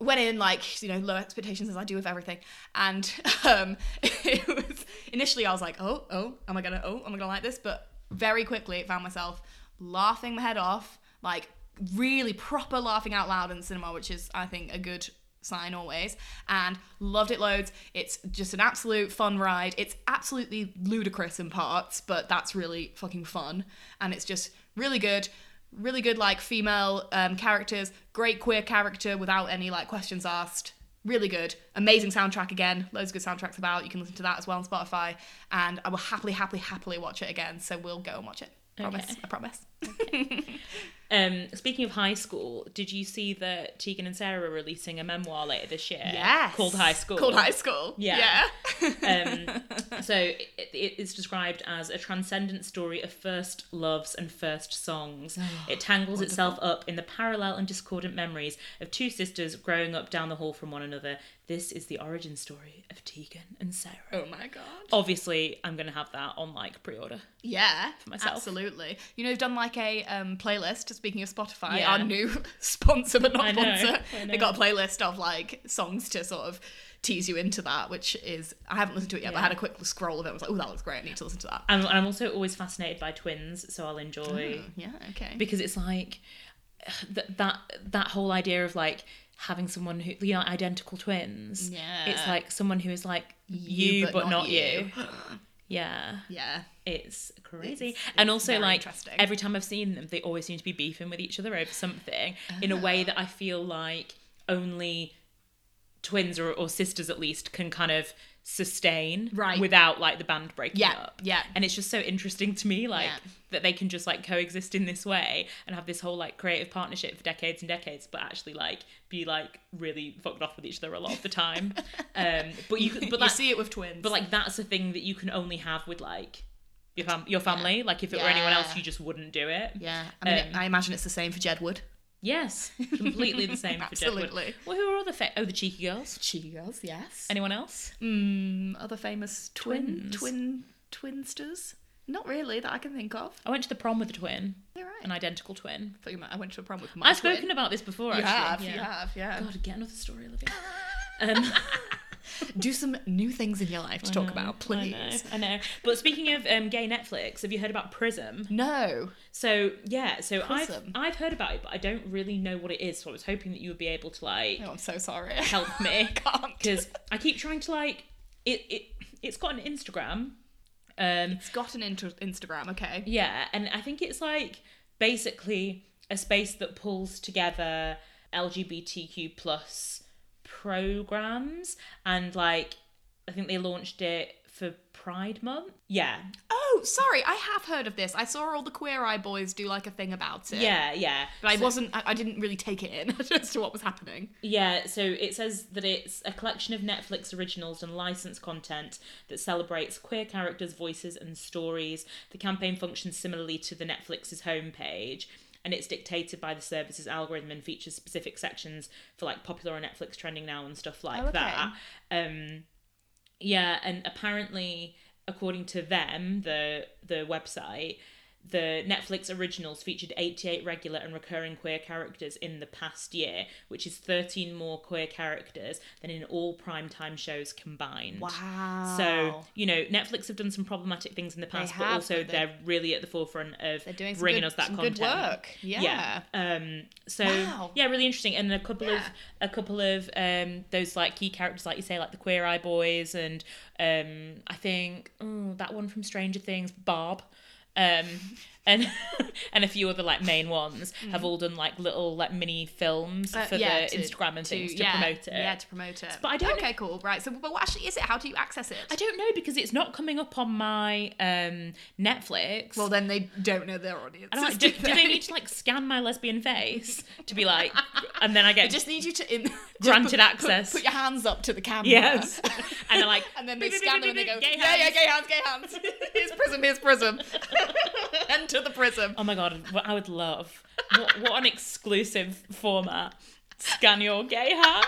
B: went in like you know low expectations as I do with everything, and um, it was initially I was like, oh, oh, am I gonna, oh, am I gonna like this? But very quickly, it found myself laughing my head off, like really proper laughing out loud in cinema, which is I think a good sign always and loved it loads it's just an absolute fun ride it's absolutely ludicrous in parts but that's really fucking fun and it's just really good really good like female um, characters great queer character without any like questions asked really good amazing soundtrack again loads of good soundtracks about you can listen to that as well on spotify and i will happily happily happily watch it again so we'll go and watch it Promise.
A: Okay.
B: I promise.
A: Um, speaking of high school, did you see that Tegan and Sarah are releasing a memoir later this year?
B: Yes.
A: Called High School.
B: Called high school.
A: Yeah.
B: Yeah.
A: Um, so it, it is described as a transcendent story of first loves and first songs. It tangles itself up in the parallel and discordant memories of two sisters growing up down the hall from one another. This is the origin story of Tegan and Sarah.
B: oh my god.
A: Obviously, I'm going to have that on like pre-order.
B: Yeah.
A: myself.
B: Absolutely. You know, we've done like a um, playlist. Speaking of Spotify,
A: Yeah.
B: our new sponsor but
A: I
B: not
A: know,
B: sponsor,
A: I
B: they got a playlist of like songs to sort of tease you into that, which is I haven't listened to it yet, but I
A: Yeah.
B: had a quick scroll of it. I was like, oh, that looks great. I need to listen to that.
A: And I'm also always fascinated by twins, so I'll enjoy
B: Yeah. Okay.
A: because it's like th- that that whole idea of like having someone who you know identical twins
B: Yeah.
A: it's like someone who is like you, but, not, you. yeah
B: yeah.
A: it's crazy
B: It's-
A: and
B: it's
A: also
B: very
A: like
B: interesting.
A: every time i've seen them they always seem to be beefing with each other over something in a
B: Ah.
A: way that i feel like only twins or, or sisters at least can kind of sustain
B: Right.
A: without like the band breaking
B: Yeah,
A: up
B: yeah.
A: and it's just so interesting to me like
B: Yeah.
A: that they can just like coexist in this way and have this whole like creative partnership for decades and decades but actually like be like really fucked off with each other a lot of the time um but you but
B: you
A: that's
B: see it with twins.
A: but like that's a thing that you can only have with like your fam- your family. Like if it were anyone else,
B: Yeah.
A: you just wouldn't do it.
B: yeah, I mean,
A: um,
B: I imagine it's the same for Jedward.
A: Yes, completely the same for Jedward.
B: Absolutely.
A: Well, who are all the fa- oh the cheeky girls?
B: Cheeky girls, yes.
A: Anyone else?
B: Mm, other famous twin
A: Twins.
B: twin twinsters? Not really that I can think of.
A: I went to the prom with a twin,
B: They're right.
A: an identical twin.
B: I, thought you meant I went to a prom with my
A: I've
B: twin.
A: spoken about this before.
B: You have,
A: actually.
B: you have, yeah.
A: God, get another story, Olivia. Um,
B: Do some new things in your life to talk about, please.
A: Mm, I know, I know. But speaking of um, gay Netflix, have you heard about Prism?
B: No.
A: So yeah, so
B: Prism.
A: I've I've heard about it, but I don't really know what it is. So I was hoping that you would be able to like
B: Oh, I'm so sorry.
A: help me.
B: Can't.
A: because I keep trying to like it. It it's got an Instagram. Um,
B: It's got an inter- Instagram, okay.
A: yeah, and I think it's like basically a space that pulls together LGBTQ plus programs, and like I think they launched it for Pride Month. Yeah,
B: Oh, sorry, I have heard of this. I saw all the Queer Eye boys do like a thing about it.
A: yeah, yeah.
B: But I wasn't, I, I didn't really take it in as to what was happening.
A: Yeah, so it says that it's a collection of Netflix originals and licensed content that celebrates queer characters, voices, and stories. The campaign functions similarly to the Netflix's homepage, and it's dictated by the service's algorithm and features specific sections for like popular on Netflix trending now and stuff like
B: Oh, okay.
A: that. Um, yeah, and apparently, according to them, the the website, the Netflix originals featured 88 regular and recurring queer characters in the past year, which is 13 more queer characters than in all primetime shows combined.
B: Wow.
A: So, you know, Netflix have done some problematic things in the past, but
B: have,
A: also
B: but they-
A: they're, really at the forefront of
B: They're doing some
A: bringing
B: good-
A: us that
B: some
A: content.
B: good work. Yeah.
A: Um so
B: Wow.
A: yeah, really interesting. And a couple of
B: Yeah.
A: a couple of um those like key characters like you say like the Queer Eye Boys and um I think oh, that one from Stranger Things, Barb. Um and and a few other like main ones have all done like little like mini films
B: Hmm. Uh,
A: for
B: yeah,
A: the
B: to-
A: Instagram and things to
B: yeah,
A: promote it.
B: Yeah, to promote it.
A: But I don't know-
B: Okay, cool. Right. So, but what actually is it? How do you access it?
A: I don't know because it's not coming up on my um Netflix.
B: well, then they don't know their audience.
A: I'm like, do, do they need to like scan my lesbian face to be like, and then I
B: I
A: get
B: just need you to in- just
A: Granted
B: put-
A: access.
B: Put, put your hands up to the camera.
A: yes, and they're like,
B: And then they
A: "Beep, beep,
B: scan
A: beep,
B: them and they go,
A: beep, beep, gay
B: yeah, yeah,
A: hands."
B: gay hands, gay hands. Here's prism, here's prism. Enter the prism.
A: Oh my god, what I would love what, what an exclusive format. Scan your gay hand.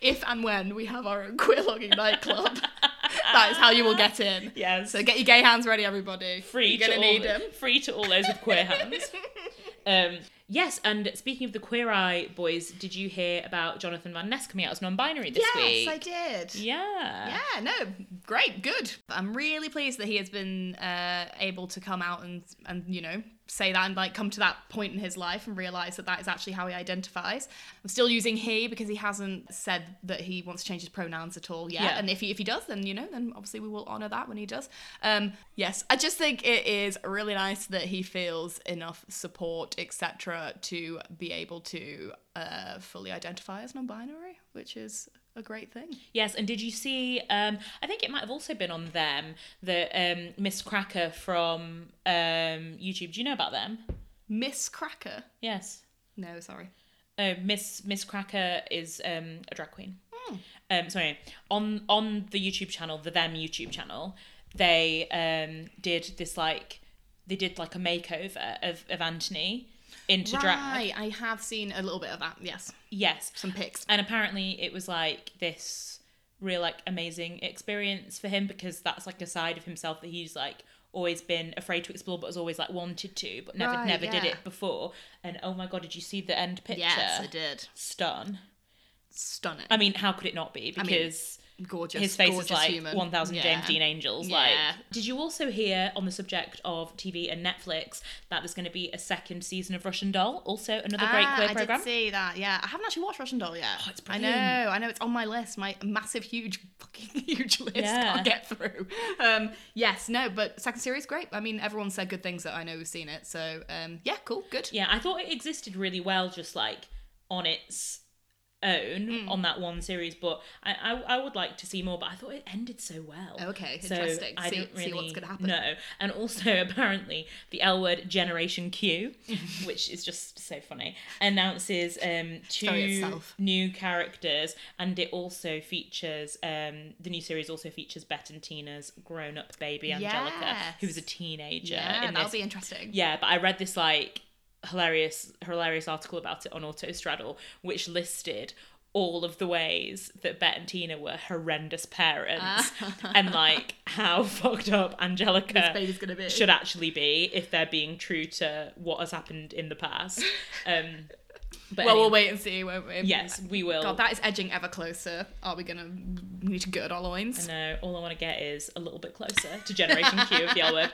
B: If and when we have our own queer logging nightclub, that is how you will get in.
A: Yes,
B: So get your gay hands ready, everybody.
A: free
B: You're
A: to
B: gonna
A: all
B: need
A: the-
B: them.
A: free to all those with queer hands. Um, yes, and speaking of the Queer Eye boys, did you hear about Jonathan Van Ness coming out as non-binary this
B: Yes,
A: week?
B: I did.
A: yeah.
B: Yeah, no, great, good. I'm really pleased that he has been uh, able to come out and and you know say that and like come to that point in his life and realize that that is actually how he identifies. I'm still using he because he hasn't said that he wants to change his pronouns at all yet.
A: Yeah.
B: And if he if he does, then you know, then obviously we will honor that when he does. Um, yes, I just think it is really nice that he feels enough support, etc., to be able to uh, fully identify as non-binary, which is a great thing.
A: Yes, and did you see? Um, I think it might have also been on them that um, Miss Cracker from um, YouTube. Do you know about them?
B: Miss Cracker.
A: Yes.
B: No, sorry.
A: Uh, Miss Miss Cracker is um, a drag queen.
B: Hmm.
A: Um, sorry, on on the YouTube channel, the them YouTube channel, they um, did this like they did like a makeover of of Anthony into drag.
B: Right, I have seen a little bit of that. Yes,
A: Yes,
B: some pics.
A: and apparently it was like this real like amazing experience for him because that's like a side of himself that he's like always been afraid to explore but has always like wanted to but never
B: Right,
A: never did
B: yeah.
A: it before and oh my god did you see the end picture
B: Yes, I did.
A: stun
B: Stunning.
A: i mean how could it not be because
B: mean, gorgeous.
A: his face
B: gorgeous
A: is like
B: human.
A: 1000
B: Yeah.
A: James Dean Angels.
B: Yeah.
A: Like, did you also hear on the subject of TV and Netflix that there's going to be a second season of Russian Doll? Also, another great
B: Ah,
A: queer
B: I
A: program. Oh,
B: did see that. Yeah, I haven't actually watched Russian Doll yet.
A: it's
B: I
A: brilliant.
B: know, I know, it's on my list, my massive, huge, fucking huge list.
A: Yeah.
B: I'll get through. Um, yes, no, but second series, great. I mean, everyone said good things that I know who've seen it. So um, yeah, cool, good.
A: Yeah, I thought it existed really well, just like on its own
B: Hmm.
A: on that one series. But I, I, I would like to see more. But I thought it ended so well.
B: Oh, Okay,
A: So
B: interesting.
A: I
B: See-
A: don't really
B: see what's gonna happen.
A: No, and also apparently the L word Generation Q, which is just so funny, announces um
B: Story
A: two
B: itself.
A: new characters, and it also features um the new series also features Bet and Tina's grown up baby Angelica, who
B: Yes.
A: is a teenager.
B: Yeah,
A: in
B: that'll
A: this
B: be interesting.
A: yeah, but I read this like hilarious hilarious article about it on Autostraddle, which listed all of the ways that Bet and Tina were horrendous parents and like how fucked up
B: Ah. This
A: Angelica
B: baby's gonna be.
A: should actually be if they're being true to what has happened in the past. Um but
B: well,
A: anyway,
B: we'll wait and see, won't we?
A: yes, we will.
B: God, that is edging ever closer. Are we gonna we need to gird our loins?
A: no, all I want to get is a little bit closer to Generation Q of the L word.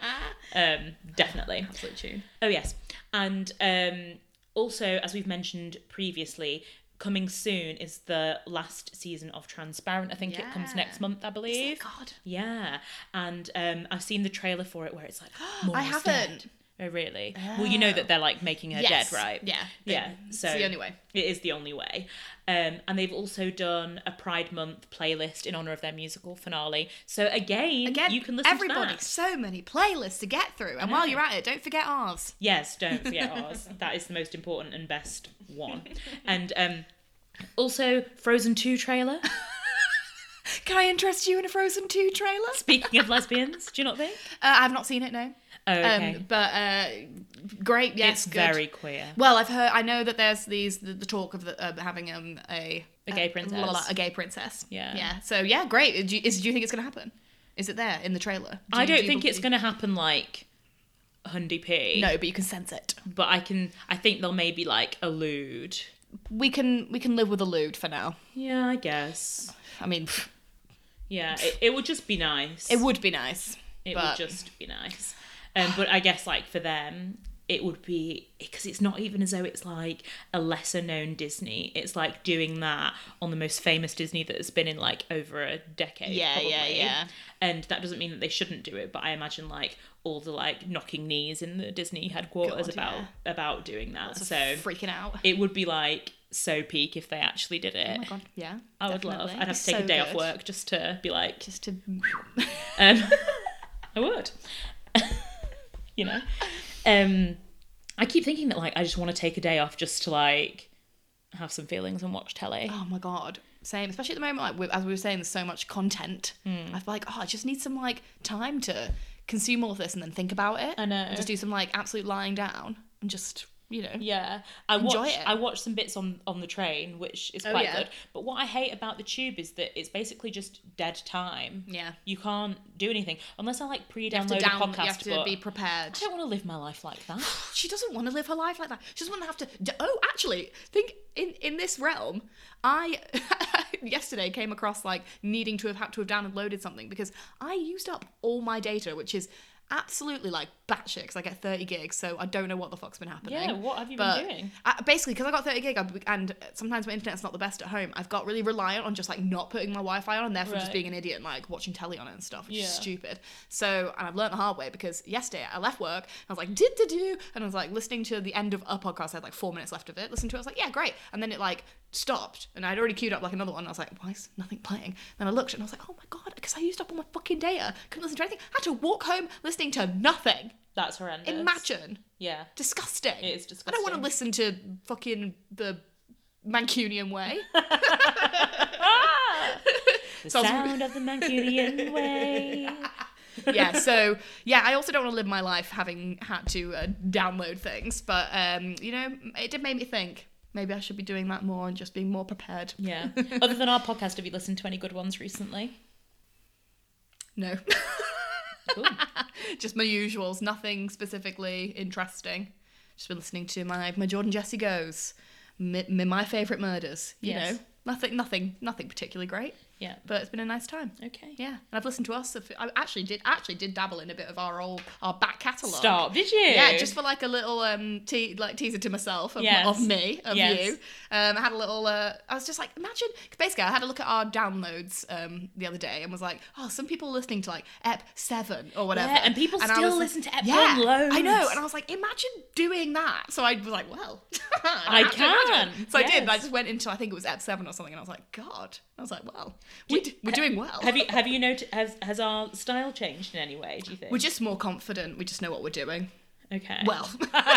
A: Um, definitely.
B: Absolute tune.
A: Oh yes, and um, also as we've mentioned previously, coming soon is the last season of Transparent. I think it comes
B: Yeah.
A: next month, I believe.
B: God,
A: Yeah, and um, I've seen the trailer for it where it's like, Maura's
B: I haven't.
A: dead. Oh really? Well, you know that they're like making her
B: Yes.
A: dead, right?
B: Yeah.
A: Yeah.
B: It's
A: So
B: the only way.
A: It is the only way. Um, and they've also done a Pride Month playlist in honor of their musical finale. So again,
B: Again,
A: you can listen
B: everybody,
A: to that.
B: so many playlists to get through. And while you're at it, don't forget ours.
A: Yes, don't forget ours. That is the most important and best one. And um, also, Frozen 2 trailer.
B: Can I interest you in a Frozen 2 trailer?
A: Speaking of lesbians, do you not think?
B: Uh, I've not seen it, no.
A: Oh, okay.
B: Um, but uh, great, yes,
A: it's
B: good.
A: very queer.
B: Well, I've heard. I know that there's these the, the talk of the, um, having um a
A: A gay
B: uh,
A: princess.
B: la- la- a gay princess.
A: Yeah.
B: yeah. So yeah, great. Do you, is, do you think it's going to happen? Is it there in the trailer? Do
A: I
B: you-
A: don't
B: do you
A: think it's
B: believe-
A: going to happen like Hundy P.
B: No, but you can sense it.
A: But I can, I think they'll maybe like allude.
B: We can we can live with a lewd for now.
A: Yeah, I guess.
B: I mean,
A: Yeah, it, it would just be nice.
B: it would be nice.
A: It
B: but-
A: would just be nice. Um, but I guess like for them, it would be because it's not even as though it's like a lesser known Disney. It's like doing that on the most famous Disney that has been in like over a decade.
B: Yeah,
A: probably.
B: yeah, yeah.
A: And that doesn't mean that they shouldn't do it, but I imagine like all the like knocking knees in the Disney headquarters
B: God,
A: about about doing that. so
B: freaking out.
A: it would be like so peak if they actually did it.
B: Oh my god, yeah.
A: I would love.
B: definitely.
A: I'd have
B: It's
A: to take
B: so
A: a day off
B: good.
A: work just to be like,
B: Just to
A: um, I would. you know, um, I keep thinking that like I just want to take a day off just to like have some feelings and watch telly.
B: Oh my god. Same, especially at the moment, like we- as we were saying, there's so much content.
A: Hmm.
B: I feel like, oh, I just need some like time to consume all of this and then think about it.
A: I know.
B: And just do some like absolute lying down and just, you know.
A: Yeah, I
B: Enjoy
A: watch.
B: it. Oh,
A: I watch some bits on on the train, which is quite
B: yeah.
A: good. But what I hate about the tube is that it's basically just dead time.
B: Yeah.
A: you can't do anything unless I like
B: You have to
A: pre-download
B: down.
A: a podcast.
B: you have to
A: but
B: be prepared.
A: I don't want to live my life like that.
B: She doesn't want to live her life like that. She doesn't want to have to. d- oh, actually, think in in this realm. I yesterday came across like needing to have had to have downloaded something because I used up all my data, which is absolutely like batshit because I get 30 gigs, so I don't know what the fuck's been happening.
A: Yeah, what have you
B: but
A: been doing?
B: I, basically, because I got 30 gig, I, and sometimes my internet's not the best at home, I've got really reliant on just like not putting my Wi Fi on and therefore just
A: Right.
B: being an idiot and like watching telly on it and stuff, which is
A: Yeah.
B: stupid. So, and I've learned the hard way because yesterday I left work and I was like, did do do, and I was like listening to the end of a podcast, I had like four minutes left of it, listened to it, I was like, yeah, great. And then it like stopped and I'd already queued up like another one, and I was like, why is nothing playing? Then I looked and I was like, oh my god, because I used up all my fucking data, couldn't listen to anything, had to walk home listening to nothing.
A: That's horrendous.
B: Imagine.
A: yeah.
B: Disgusting.
A: It is
B: I don't want to
A: disgusting.
B: listen to fucking the Mancunian way.
A: Ah! The
B: Sounds-
A: sound of the Mancunian way.
B: yeah, so yeah, I also don't want to live my life having had to uh, download things, but um, you know, it did make me think maybe I should be doing that more and just being more prepared.
A: Yeah. Other than our podcast, have you listened to any good ones recently?
B: No,
A: Cool.
B: just my usuals, nothing specifically interesting. Just been listening to my my Jordan Jesse goes, my, my favorite murders. You
A: Yes.
B: know, nothing, nothing, nothing particularly great,
A: Yeah.
B: but it's been a nice time.
A: Okay.
B: Yeah, and I've listened to us. a few- I actually did actually did dabble in a bit of our old our back catalogue.
A: Stop. Did you?
B: Yeah, just for like a little um te- like teaser to myself of,
A: Yes.
B: of me of
A: Yes.
B: you. Um, I had a little. Uh, I was just like, imagine. 'cause basically, I had a look at our downloads um the other day and was like, oh, some people are listening to like Ep Seven or whatever.
A: Yeah, and people
B: I
A: still
B: was
A: listen to Ep
B: yeah,
A: One loads.
B: I know, and I was like, imagine doing that. So I was like, well,
A: I
B: have to imagine.
A: can,
B: So I did.
A: yes.
B: And I just went into I think it was Ep Seven or something, and I was like, God. I was like, well, we d- we're doing well.
A: Have you have you noticed has has our style changed in any way, do you think?
B: We're just more confident. We just know what we're doing.
A: okay.
B: Well,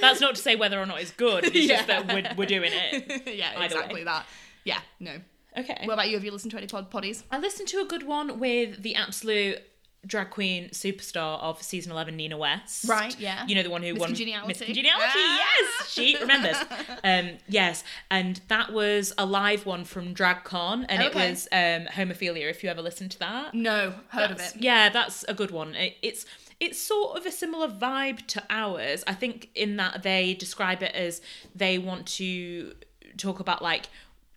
A: That's not to say whether or not it's good, it's
B: Yeah.
A: just that we're, we're doing it.
B: yeah,
A: way.
B: exactly that. Yeah, no.
A: Okay.
B: What about you? Have you listened to any pod poddies?
A: I listened to a good one with the absolute drag queen superstar of season 11, Nina West.
B: Right, yeah.
A: You know, the one who won
B: Congeniality.
A: Miss Congeniality,
B: Ah!
A: yes. She remembers. um, yes. And that was a live one from DragCon, and
B: Okay.
A: it was um, Homophilia, if you ever listened to that.
B: No, heard
A: That's-
B: of it.
A: Yeah, that's a good one. It, it's it's sort of a similar vibe to ours. I think in that they describe it as they want to talk about like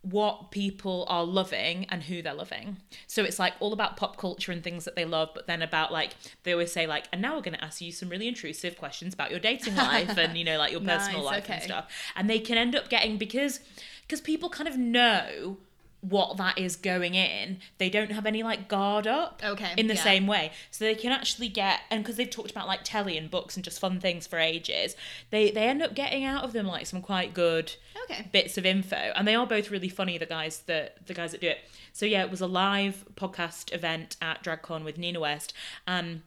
A: what people are loving and who they're loving. So it's like all about pop culture and things that they love, but then about like they always say like, and now we're going to ask you some really intrusive questions about your dating life and you know like your personal
B: Nice,
A: life and
B: okay.
A: stuff. And they can end up getting because because people kind of know what that is going in. They don't have any like guard up
B: Okay,
A: in the
B: yeah.
A: same way. So they can actually get and because they've talked about like telly and books and just fun things for ages, they they end up getting out of them like some quite good
B: Okay.
A: bits of info. And they are both really funny, the guys that the guys that do it. So yeah, it was a live podcast event at DragCon with Nina West and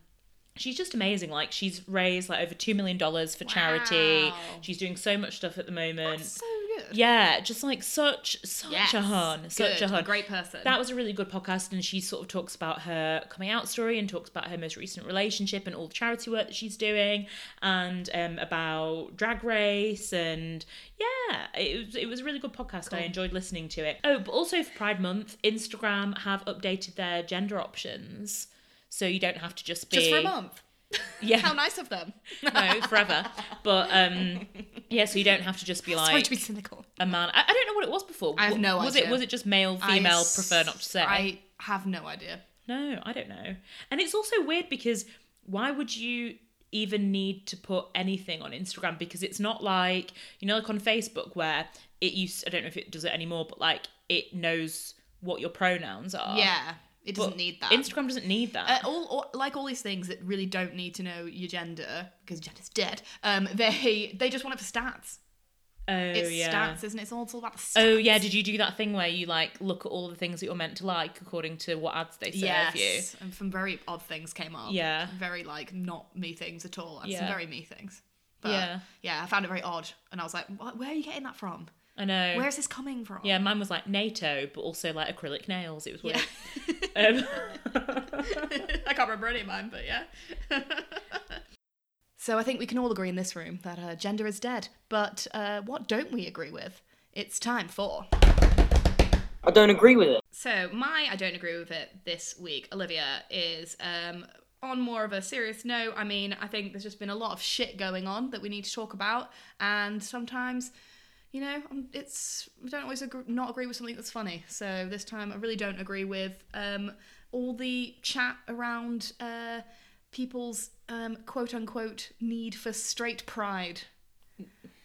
A: she's just amazing. Like she's raised like over two million dollars for charity.
B: Wow.
A: She's doing so much stuff at the moment.
B: So good.
A: yeah, just like such such
B: Yes.
A: a hun. Such a
B: Good.
A: hun.
B: Great person.
A: That was a really good podcast, and she sort of talks about her coming out story and talks about her most recent relationship and all the charity work that she's doing, and um, about Drag Race. And yeah, it was, it was a really good podcast. I enjoyed listening to it. Oh, but also for Pride Month, Instagram have updated their gender options. So you don't have to just be
B: just for a month.
A: yeah
B: How nice of them.
A: no forever but um yeah so you don't have to just be
B: Sorry
A: like
B: to be cynical.
A: a man I, I don't know what it was before
B: I have no
A: was it
B: idea.
A: was it just male female
B: I s-
A: prefer not to say
B: I have no idea.
A: no, I don't know. And it's also weird because why would you even need to put anything on Instagram? Because it's not like, you know, like on Facebook where it used, I don't know if it does it anymore, but like it knows what your pronouns are.
B: yeah, it
A: Uh,
B: doesn't
A: But
B: need that.
A: Instagram doesn't need
B: uh,
A: that.
B: all, all like all these things that really don't need to know your gender because gender's dead. Um, they they just want it for stats.
A: oh,
B: It's
A: yeah.
B: stats, isn't it? It's all, it's all about the stats.
A: Oh yeah, did you do that thing where you like look at all the things that you're meant to like according to what ads they serve you?
B: Yes, and some very odd things came up.
A: Yeah.
B: very like not me things at all, and some
A: Yeah.
B: very me things. But yeah,
A: Yeah.
B: I found it very odd, and I was like, what, "Where are you getting that from?
A: I know.
B: Where is this coming from?"
A: yeah, mine was like NATO, but also like acrylic nails. It was weird.
B: Yeah.
A: Um,
B: I can't remember any of mine, but yeah. so I think we can all agree in this room that uh, gender is dead. But uh, what don't we agree with? It's time for.
C: I don't agree with it.
B: So my I don't agree with it this week, Olivia, is um on more of a serious note. I mean, I think there's just been a lot of shit going on that we need to talk about and sometimes you know, um, it's I don't always agree, not agree with something that's funny. So this time, I really don't agree with um, all the chat around uh, people's um, quote unquote need for straight pride.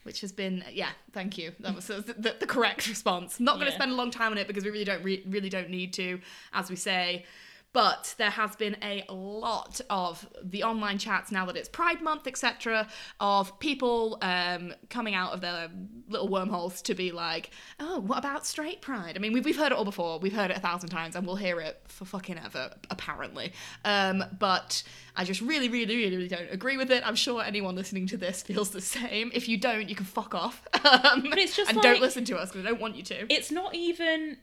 B: Which has been yeah, thank you. That was the, the, the correct response. Not going to
A: Yeah.
B: spend a long time on it because we really don't re- really don't need to, as we say. But there has been a lot of the online chats now that it's Pride Month, etc., of people um, coming out of their little wormholes to be like, "Oh, what about straight pride?" I mean, we've, we've heard it all before. We've heard it a thousand times, and we'll hear it for fucking ever, apparently. Um, but I just really, really, really, really don't agree with it. I'm sure anyone listening to this feels the same. If you don't, you can fuck off. Um, but
A: it's just
B: and
A: like-
B: don't listen to us because I don't want you to.
A: it's not even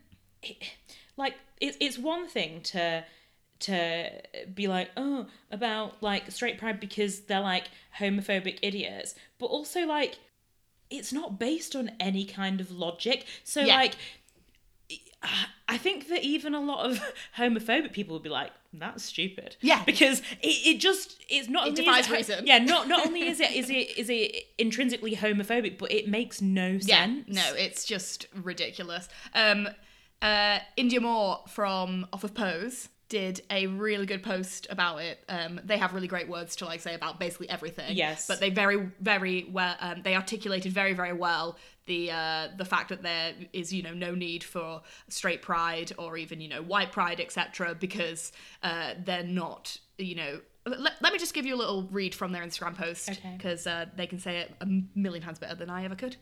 A: like it's it's one thing to to be like oh about like straight pride because they're like homophobic idiots but also like it's not based on any kind of logic so
B: Yeah.
A: like I- I think that even a lot of homophobic people would be like, "That's stupid."
B: Yeah.
A: because it, it just it's not
B: It
A: only is
B: defies
A: ho-
B: reason.
A: Yeah, not not only is it is it is it intrinsically homophobic, but it makes no sense.
B: No, it's just ridiculous. Um, uh, India Moore from Off of Pose did a really good post about it. Um, they have really great words to like say about basically everything.
A: Yes.
B: but they very, very well. Um, they articulated very, very well the uh, the fact that there is you know no need for straight pride or even you know white pride etc. Because uh, they're not you know. Let, let me just give you a little read from their Instagram post
A: Okay.
B: because uh, they can say it a million times better than I ever could.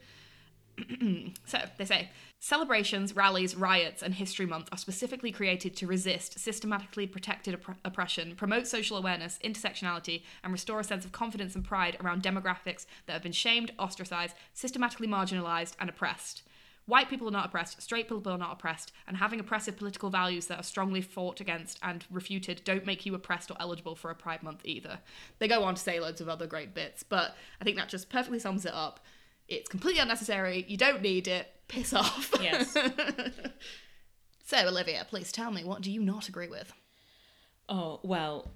B: So they say celebrations, rallies, riots, and History Month are specifically created to resist systematically protected oppre- oppression, promote social awareness, intersectionality, and restore a sense of confidence and pride around demographics that have been shamed, ostracized, systematically marginalized, and oppressed. White people are not oppressed, straight people are not oppressed, and having oppressive political values that are strongly fought against and refuted don't make you oppressed or eligible for a Pride Month either. They go on to say loads of other great bits, but I think that just perfectly sums it up. It's completely unnecessary. You don't need it. Piss off.
A: Yes.
B: so, Olivia, please tell me, what do you not agree with?
A: Oh, well,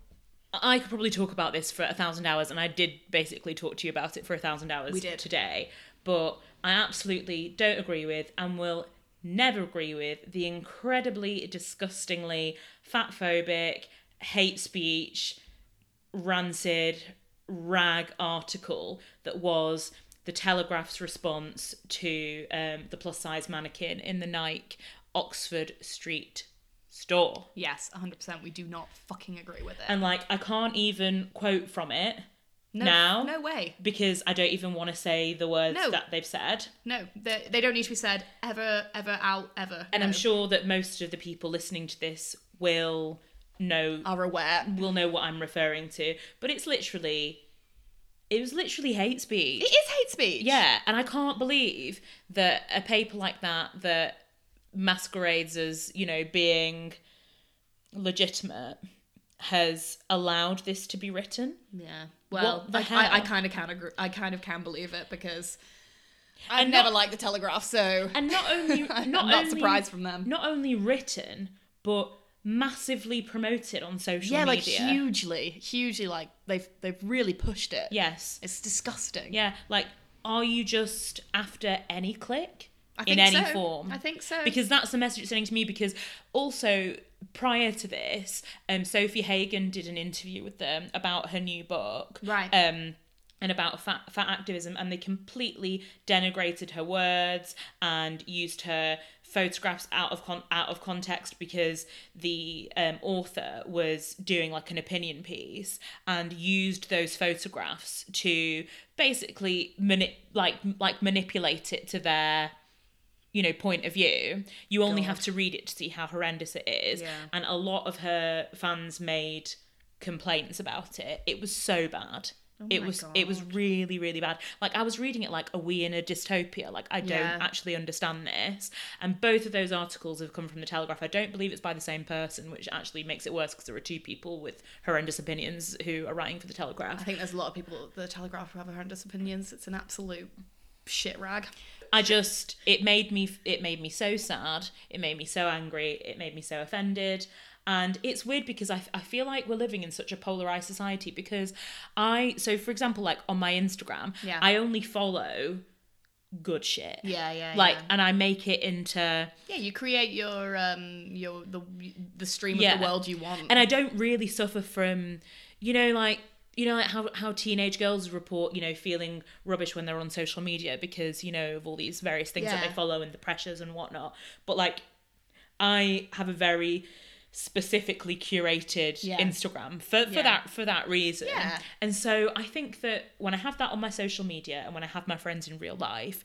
A: I could probably talk about this for a thousand hours, and I did basically talk to you about it for a thousand hours
B: We did.
A: today. But I absolutely don't agree with and will never agree with the incredibly disgustingly fatphobic, hate speech, rancid rag article that was the Telegraph's response to um, the plus size mannequin in the Nike Oxford Street store.
B: Yes, 100%. We do not fucking agree with it.
A: and like I can't even quote from it
B: no,
A: now
B: No way.
A: because I don't even want to say the words
B: No.
A: that they've said.
B: No, they, they don't need to be said ever, ever, out, ever.
A: And I'm
B: No.
A: sure that most of the people listening to this will know
B: Are aware.
A: will know what I'm referring to, but it's literally it was literally hate speech.
B: It is hate speech.
A: Yeah, and I can't believe that a paper like that that masquerades as, you know, being legitimate has allowed this to be written.
B: Yeah. Well,
A: the
B: I- I, I
A: hell?
B: kind of can agree. I kind of can believe it because I
A: And
B: never
A: not-
B: liked the Telegraph, so
A: and not only not,
B: I'm not
A: only-
B: surprised from them.
A: Not only written, but massively promoted on social
B: yeah, like
A: media.
B: hugely, hugely, like they've they've really pushed it.
A: Yes,
B: It's disgusting.
A: yeah. Like, are you just after any click
B: I think
A: in any
B: so.
A: form?
B: I think so.
A: because that's the message it's sending to me. Because also prior to this, um, Sophie Hagen did an interview with them about her new book,
B: Right.
A: Um, and about fat, fat activism, and they completely denigrated her words and used her photographs out of con- out of context because the um, author was doing like an opinion piece and used those photographs to basically mani- like like manipulate it to their you know point of view you only have to read it to see how horrendous it is
B: Yeah.
A: and a lot of her fans made complaints about it it was so bad it
B: Oh my
A: was it was
B: God.
A: really really bad like i was reading it like are we in a dystopia like i don't
B: Yeah.
A: actually understand this and both of those articles have come from the telegraph i don't believe it's by the same person which actually makes it worse because there are two people with horrendous opinions who are writing for the telegraph
B: I think there's a lot of people at the Telegraph who have horrendous opinions. It's an absolute shit rag.
A: I just it made me it made me so sad. It made me so angry. It made me so offended. And it's weird because I, I feel like we're living in such a polarized society because I so for example like on my Instagram
B: Yeah.
A: I only follow good shit.
B: Yeah, yeah,
A: Like,
B: yeah.
A: and I make it into,
B: Yeah, you create your um your the the stream of
A: Yeah.
B: the world you want.
A: and I don't really suffer from, you know, like you know, like how how teenage girls report, you know, feeling rubbish when they're on social media because you know of all these various things that
B: Yeah.
A: they follow and the pressures and whatnot. But like, I have a very specifically curated
B: Yeah.
A: Instagram for, for
B: Yeah.
A: that for that reason.
B: Yeah.
A: And so I think that when I have that on my social media and when I have my friends in real life,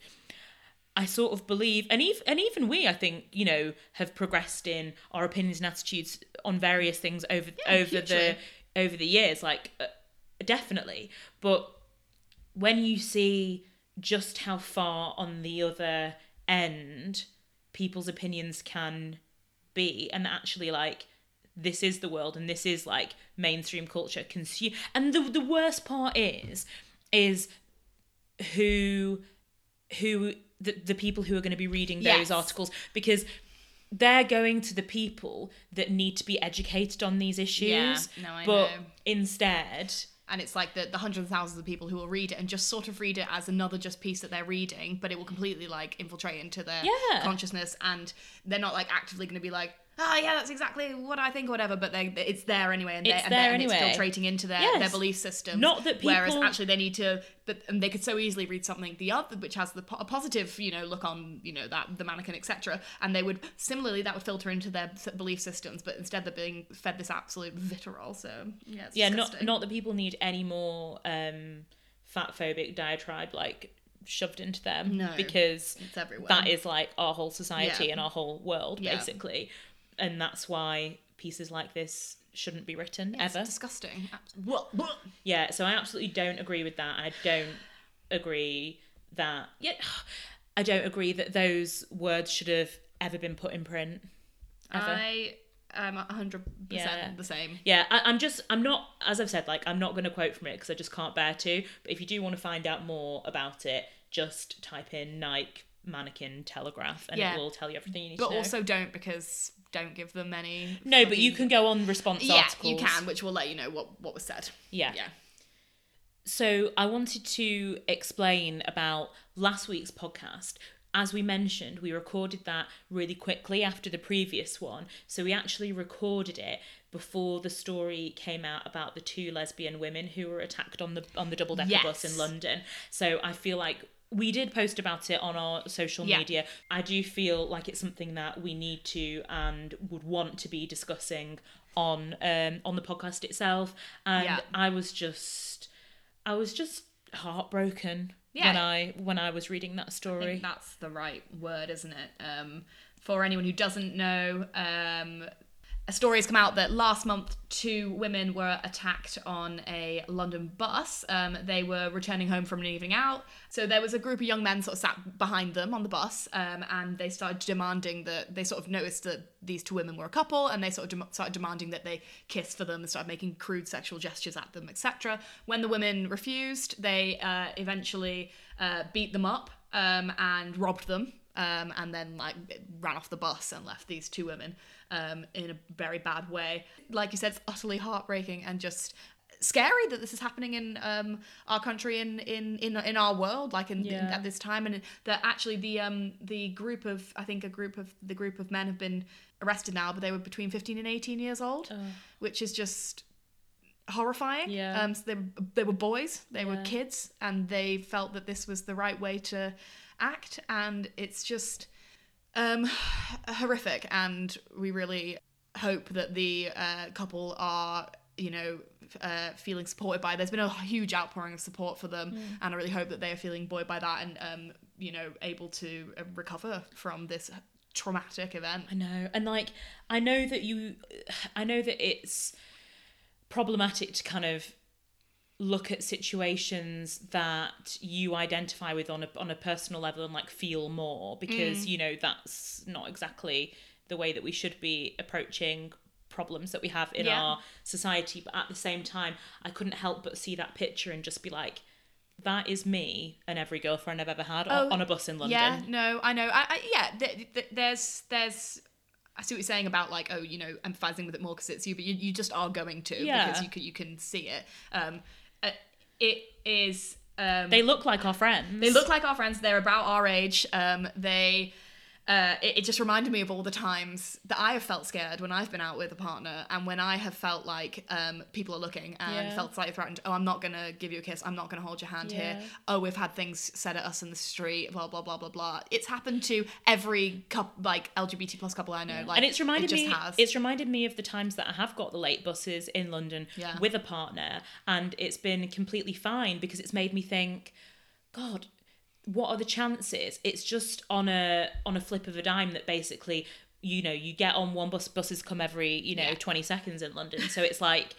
A: I sort of believe, and even and even we, I think, you know, have progressed in our opinions and attitudes on various things over over the
B: hugely.
A: over the years, like uh, definitely. But when you see just how far on the other end people's opinions can be, and actually, like this is the world, and this is like mainstream culture consume, and the the worst part is is who who the, the people who are going to be reading those
B: Yes.
A: articles because they're going to the people that need to be educated on these issues
B: Yeah, no, I
A: but
B: know.
A: instead
B: and it's like the, the hundreds of thousands of people who will read it and just sort of read it as another just piece that they're reading, but it will completely like infiltrate into their
A: Yeah.
B: consciousness, and they're not like actively going to be like, oh yeah, that's exactly what I think or whatever. But they it's there anyway, and, they,
A: It's
B: and, they-
A: there
B: and it's
A: anyway.
B: filtrating into their, their
A: Yes.
B: belief system.
A: Not that
B: whereas
A: people-
B: actually they need to, but and they could so easily read something the other which has the po- a positive you know look on you know that the mannequin etc. And they would similarly that would filter into their s- belief systems, but instead they're being fed this absolute vitriol. So yeah, it's
A: yeah not
B: disgusting.
A: not that people need any more um fat phobic diatribe like shoved into them
B: No.
A: because
B: It's everywhere.
A: that is like our whole society
B: Um, Yeah.
A: and our whole world
B: Yeah.
A: basically and that's why pieces like this shouldn't be written
B: It's
A: ever
B: disgusting. Abs- Blah, blah.
A: Yeah, so I absolutely don't agree with that. I don't agree that. Yeah, I don't agree that those words should have ever been put in print. Ever.
B: I am 100%
A: Yeah.
B: the same.
A: yeah, I, I'm just, I'm not, as I've said, like, I'm not going to quote from it because I just can't bear to. But if you do want to find out more about it, just type in Nike mannequin telegraph and
B: Yeah.
A: it will tell you everything you need
B: But
A: to know.
B: also don't because don't give them any.
A: no, but you
B: fucking-
A: can go on response
B: Yeah,
A: articles.
B: you can, which will let you know what, what was said.
A: Yeah.
B: Yeah.
A: So I wanted to explain about last week's podcast. As we mentioned, we recorded that really quickly after the previous one. So we actually recorded it before the story came out about the two lesbian women who were attacked on the on the double decker bus
B: Yes.
A: in London. So I feel like we did post about it on our social
B: Yeah.
A: media. I do feel like it's something that we need to and would want to be discussing on um on the podcast itself. And
B: Yeah.
A: I was just I was just heartbroken
B: Yeah.
A: when I when I was reading that
B: I
A: story.
B: think that's the right word, isn't it? Um, for anyone who doesn't know, um, a story has come out that last month two women were attacked on a London bus. Um, they were returning home from an evening out. So there was a group of young men sort of sat behind them on the bus um, and they started demanding that they sort of noticed that these two women were a couple and they sort of dem- started demanding that they kiss for them and started making crude sexual gestures at them, etc. When the women refused, they uh, eventually uh, beat them up um, and robbed them um, and then like ran off the bus and left these two women um, in a very bad way. Like you said, it's utterly heartbreaking and just scary that this is happening in um, our country in in in, in our world, like in, in-
A: Yeah.
B: at this time, and that actually the um, the group of I think a group of the group of men have been arrested now, but they were between fifteen and eighteen years old, which is just horrifying.
A: Yeah.
B: Um, so they, they were boys, they were
A: Yeah.
B: kids, and they felt that this was the right way to act. And it's just um, horrific. And we really hope that the uh, couple are, you know, f- uh, feeling supported by. There's been a huge outpouring of support for them,
A: Mm.
B: and I really hope that they are feeling buoyed by that and, um, you know, able to uh, recover from this traumatic event.
A: I know. And like I know that you I know that it's problematic to kind of look at situations that you identify with on a on a personal level and like feel more because
B: Mm.
A: you know that's not exactly the way that we should be approaching problems that we have in
B: Yeah.
A: our society but at the same time I couldn't help but see that picture and just be like that is me and every girlfriend I've ever had on,
B: Oh,
A: on a bus in London
B: Yeah, no, I know. I, I yeah, th- th- there's there's I see what you're saying about like oh you know empathizing with it more because it's you, but you, you just are going to
A: Yeah.
B: because you can you can see it. Um, uh, it is Um,
A: They look like our friends.
B: They look like our friends. They're about our age. Um, they. Uh, it, it just reminded me of all the times that I have felt scared when I've been out with a partner, and when I have felt like um, people are looking and
A: Yeah.
B: felt slightly threatened. Oh, I'm not gonna give you a kiss. I'm not gonna hold your hand
A: Yeah.
B: here. Oh, we've had things said at us in the street. Blah blah blah blah blah. It's happened to every couple, like LGBT plus couple I know. Like,
A: and it's reminded
B: it just
A: me
B: Has.
A: it's reminded me of the times that I have got the late buses in London
B: Yeah.
A: with a partner and it's been completely fine because it's made me think god what are the chances it's just on a on a flip of a dime that basically you know you get on one bus buses come every you know
B: Yeah.
A: 20 seconds in London so it's like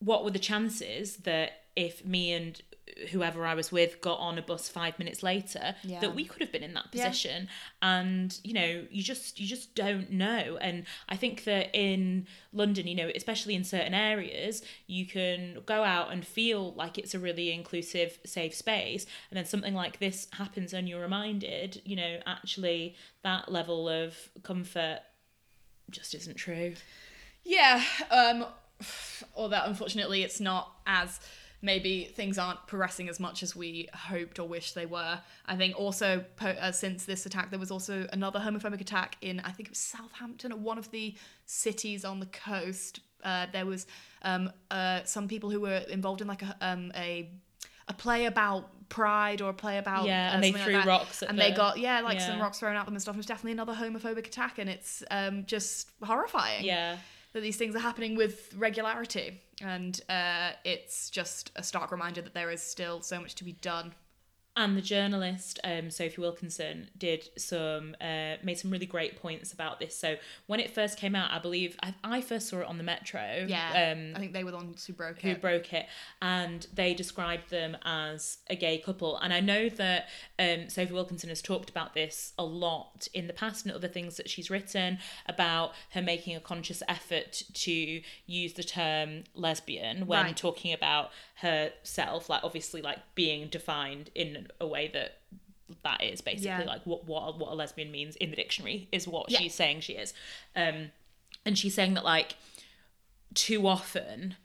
A: what were the chances that if me and whoever I was with got on a bus five minutes later
B: Yeah.
A: that we could have been in that
B: Yeah.
A: position and you know you just you just don't know and I think that in London you know especially in certain areas you can go out and feel like it's a really inclusive safe space and then something like this happens and you're reminded you know actually that level of comfort just isn't true
B: Yeah, um, or that unfortunately it's not as maybe things aren't progressing as much as we hoped or wished they were. I think also po- uh, since this attack, there was also another homophobic attack in I think it was Southampton or one of the cities on the coast. Uh, there was um, uh, some people who were involved in like a um, a a play about pride or a play about
A: Yeah,
B: uh,
A: and they
B: something
A: threw
B: like that.
A: rocks at
B: and they
A: the-
B: got yeah like some
A: yeah.
B: rocks thrown at them and stuff. It was definitely another homophobic attack, and it's um, just horrifying
A: yeah
B: that these things are happening with regularity. And uh, it's just a stark reminder that there is still so much to be done.
A: And the journalist um, Sophie Wilkinson did some uh, made some really great points about this. So when it first came out, I believe I, I first saw it on the Metro. Um,
B: I think they were the ones who broke
A: who
B: it.
A: broke it, and they described them as a gay couple. And I know that um, Sophie Wilkinson has talked about this a lot in the past and other things that she's written about her making a conscious effort to use the term lesbian when
B: Right.
A: talking about herself, like obviously like being defined in a way that that is basically
B: Yeah.
A: like what what a- what a lesbian means in the dictionary is what
B: Yeah.
A: she's saying she is, um, and she's saying that like too often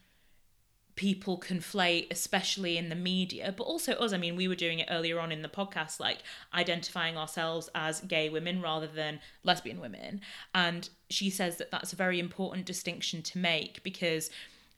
A: people conflate especially in the media but also us i mean we were doing it earlier on in the podcast like identifying ourselves as gay women rather than lesbian women and she says that that's a very important distinction to make because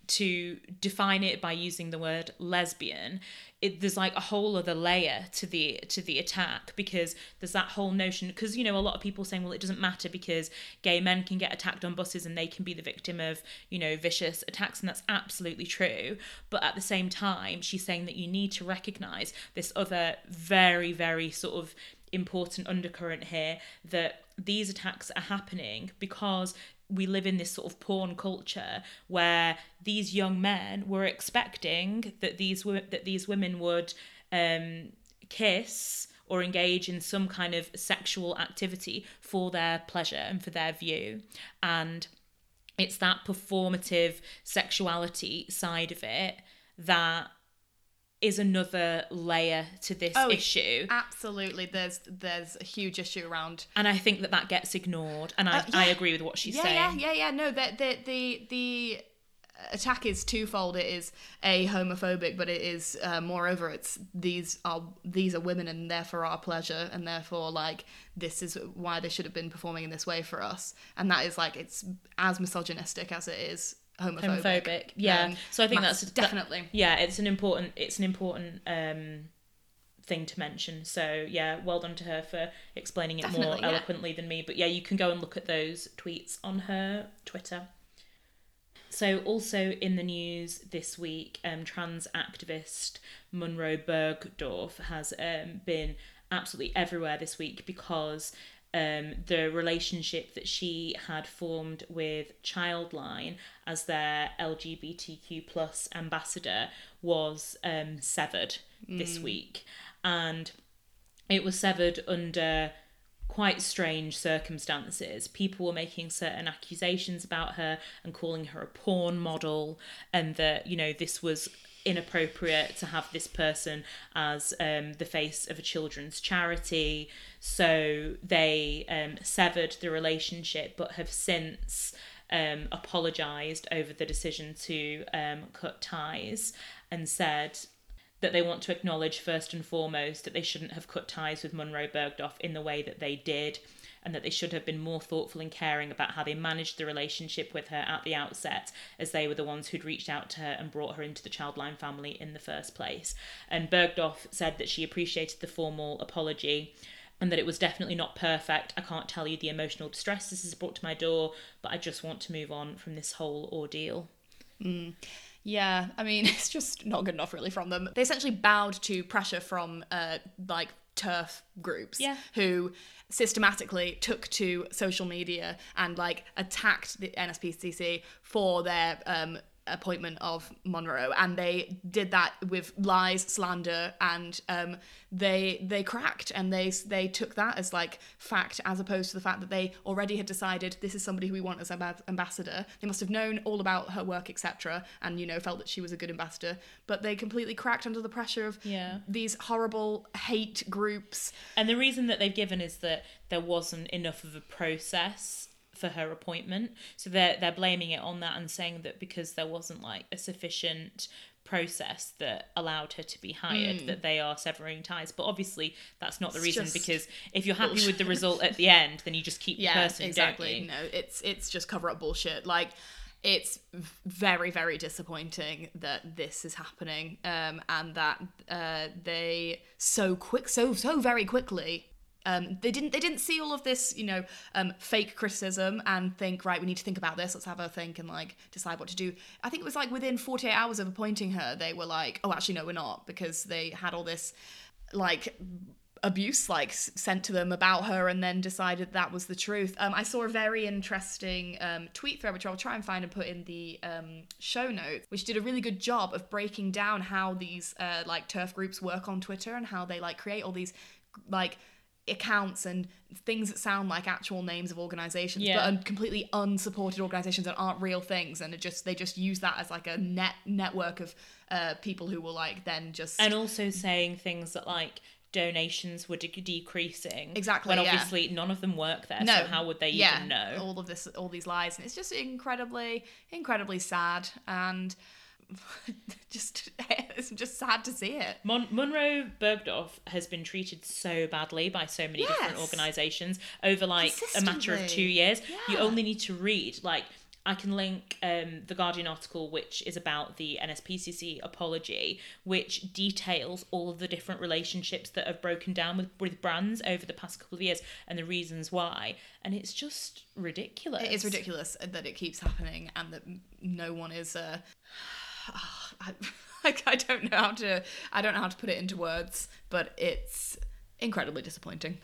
A: to define it by using the word lesbian it, there's like a whole other layer to the to the attack because there's that whole notion because you know a lot of people saying well it doesn't matter because gay men can get attacked on buses and they can be the victim of you know vicious attacks and that's absolutely true but at the same time she's saying that you need to recognize this other very very sort of important undercurrent here that these attacks are happening because we live in this sort of porn culture where these young men were expecting that these wo- that these women would um, kiss or engage in some kind of sexual activity for their pleasure and for their view and it's that performative sexuality side of it that is another layer to this
B: Oh,
A: issue
B: Absolutely, there's there's a huge issue around.
A: and I think that that gets ignored. And I,
B: Uh, yeah.
A: I agree with what she's
B: yeah,
A: saying.
B: yeah, yeah, yeah. No, the the the the attack is twofold. It is a homophobic, but it is uh, moreover, it's these are these are women, and therefore our pleasure, and therefore like this is why they should have been performing in this way for us. And that is like it's as misogynistic as it is homophobic.
A: Homophobic, yeah.
B: Um,
A: So I think
B: mass-
A: that's- that-
B: definitely.
A: Yeah, it's an important it's an important um thing to mention. So yeah, well done to her for explaining it more
B: Definitely, yeah.
A: eloquently than me. But yeah, you can go and look at those tweets on her Twitter. So also in the news this week, um, trans activist Munro Bergdorf has um, been absolutely everywhere this week because um, the relationship that she had formed with Childline as their LGBTQ plus ambassador was um, severed this week, and it was severed under quite strange circumstances. People were making certain accusations about her and calling her a porn model, and that, you know, this was inappropriate to have this person as um, the face of a children's charity. So they um, severed the relationship, but have since. Um, apologized over the decision to um, cut ties and said that they want to acknowledge first and foremost that they shouldn't have cut ties with Munro Bergdorf in the way that they did, and that they should have been more thoughtful and caring about how they managed the relationship with her at the outset, as they were the ones who'd reached out to her and brought her into the Childline family in the first place. And Bergdorf said that she appreciated the formal apology. And that it was definitely not perfect. I can't tell you the emotional distress this has brought to my door, but I just want to move on from this whole ordeal.
B: Yeah, I mean, it's just not good enough, really, from them. They essentially bowed to pressure from, uh, like, turf groups
A: Yeah.
B: who systematically took to social media and, like, attacked the NSPCC for their um, appointment of Monroe. And they did that with lies, slander, and um, they they cracked and they they took that as, like, fact as opposed to the fact that they already had decided this is somebody who we want as amb- ambassador. They must have known all about her work, etc., and you know felt that she was a good ambassador. But they completely cracked under the pressure of
A: Yeah.
B: these horrible hate groups.
A: And the reason that they've given is that there wasn't enough of a process for her appointment. So they're they're blaming it on that and saying that because there wasn't like a sufficient process that allowed her to be hired that they are severing ties. But obviously that's not the
B: Hmm. It's
A: reason
B: just
A: because if you're happy with the result at the end then you just keep the person, don't you?
B: No, it's it's just cover up bullshit. Like it's v- very very disappointing that this is happening um, and that uh, they so quick so so very quickly. Um, they didn't. They didn't see all of this, you know, um, fake criticism and think, right, we need to think about this. Let's have a think and like decide what to do. I think it was like within 48 hours of appointing her, they were like, oh, actually, no, we're not, because they had all this like abuse like s- sent to them about her and then decided that was the truth um, i saw a very interesting um, tweet thread which i'll try and find and put in the um, show notes which did a really good job of breaking down how these uh, like turf groups work on twitter and how they like create all these like accounts and things that sound like actual names of organizations
A: Yeah.
B: but are completely unsupported organizations that aren't real things and it just they just use that as like a net network of uh, people who will like then just
A: And also saying things that like donations were de- decreasing.
B: Exactly,
A: When
B: yeah.
A: obviously none of them work there, so how would they
B: yeah,
A: even know?
B: all of this all these lies and it's just incredibly incredibly sad and just it's just sad to see it
A: Mon- Munro Bergdorf has been treated so badly by so many different
B: Yes.
A: organisations over like a matter of two
B: Consistently.
A: years. You
B: Yeah.
A: only need to read like. I can link um, the Guardian article, which is about the NSPCC apology, which details all of the different relationships that have broken down with, with brands over the past couple of years and the reasons why. And it's just ridiculous.
B: it's ridiculous that it keeps happening and that no one is uh I, like I don't know how to I don't know how to put it into words but it's incredibly disappointing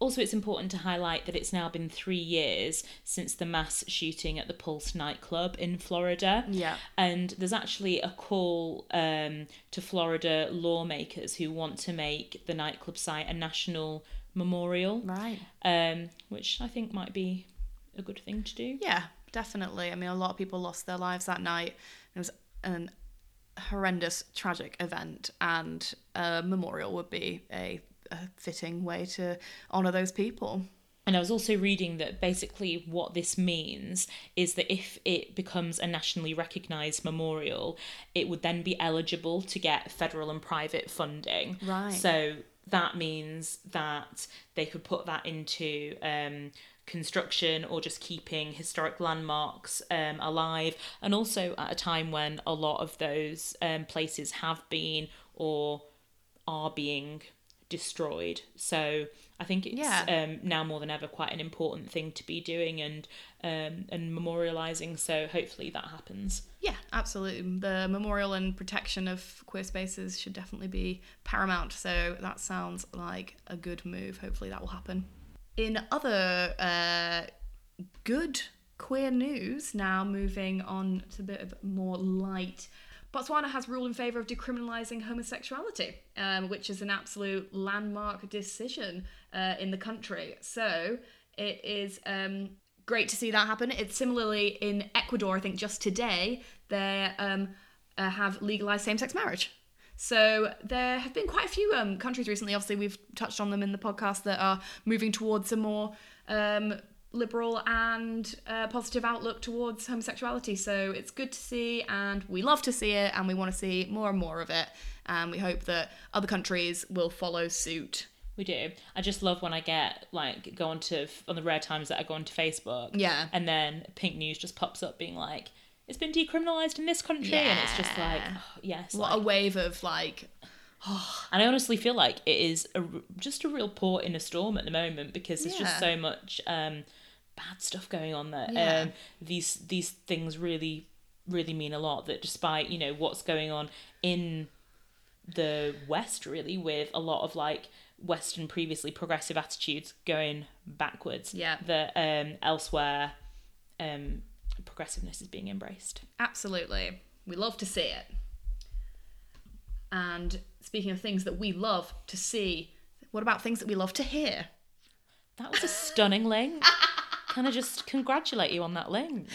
A: Also, it's important to highlight that it's now been three years since the mass shooting at the Pulse nightclub in Florida.
B: Yeah.
A: And there's actually a call um, to Florida lawmakers who want to make the nightclub site a national memorial,
B: right
A: um, which I think might be a good thing to do.
B: Yeah, definitely. I mean, a lot of people lost their lives that night. It was an horrendous, tragic event, and a memorial would be a, a fitting way to honour those people.
A: And I was also reading that basically what this means is that if it becomes a nationally recognised memorial, it would then be eligible to get federal and private funding.
B: Right.
A: So that means that they could put that into um, construction or just keeping historic landmarks um, alive. And also at a time when a lot of those um, places have been or are being destroyed. So I think it's
B: Yeah.
A: um, now more than ever quite an important thing to be doing and um, and memorializing. So hopefully that happens.
B: Yeah, absolutely. The memorial and protection of queer spaces should definitely be paramount. So that sounds like a good move. Hopefully that will happen. In other uh, good queer news, now moving on to a bit of more light. Botswana has ruled in favour of decriminalising homosexuality, um, which is an absolute landmark decision uh, in the country. So it is um, great to see that happen. It's similarly in Ecuador, I think just today, they um, uh, have legalized same sex marriage. So there have been quite a few um, countries recently. Obviously, we've touched on them in the podcast that are moving towards a more um, liberal and uh, positive outlook towards homosexuality. So it's good to see, and we love to see it, and we want to see more and more of it. And we hope that other countries will follow suit.
A: We do. I just love when I get like go onto on the rare times that I go onto Facebook.
B: Yeah.
A: And then Pink News just pops up being like, "It's been decriminalized in this country," and it's just like,
B: Yeah.
A: oh, yes.
B: What
A: like-
B: a wave of like,
A: and I honestly feel like it is a r just a real port in a storm at the moment because there's
B: Yeah.
A: just so much um, bad stuff going on that
B: Yeah.
A: um, these these things really really mean a lot. That despite you know what's going on in the West, really with a lot of like Western previously progressive attitudes going backwards,
B: Yeah.
A: that um, elsewhere um, progressiveness is being embraced.
B: absolutely, we love to see it. And speaking of things that we love to see, what about things that we love to hear?
A: That was a stunning link. Can I just congratulate you on that link?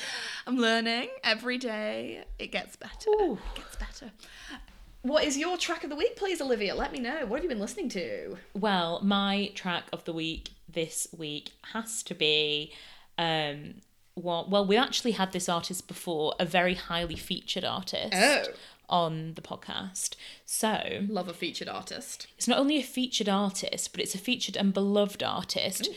B: I'm learning every day. It gets better.
A: Ooh.
B: It gets better. What is your track of the week, please, Olivia? Let me know. What have you been listening to?
A: Well, my track of the week this week has to be um well, well we actually had this artist before, a very highly featured artist
B: Oh.
A: on the podcast. So,
B: Love a featured artist.
A: it's not only a featured artist, but it's a featured and beloved artist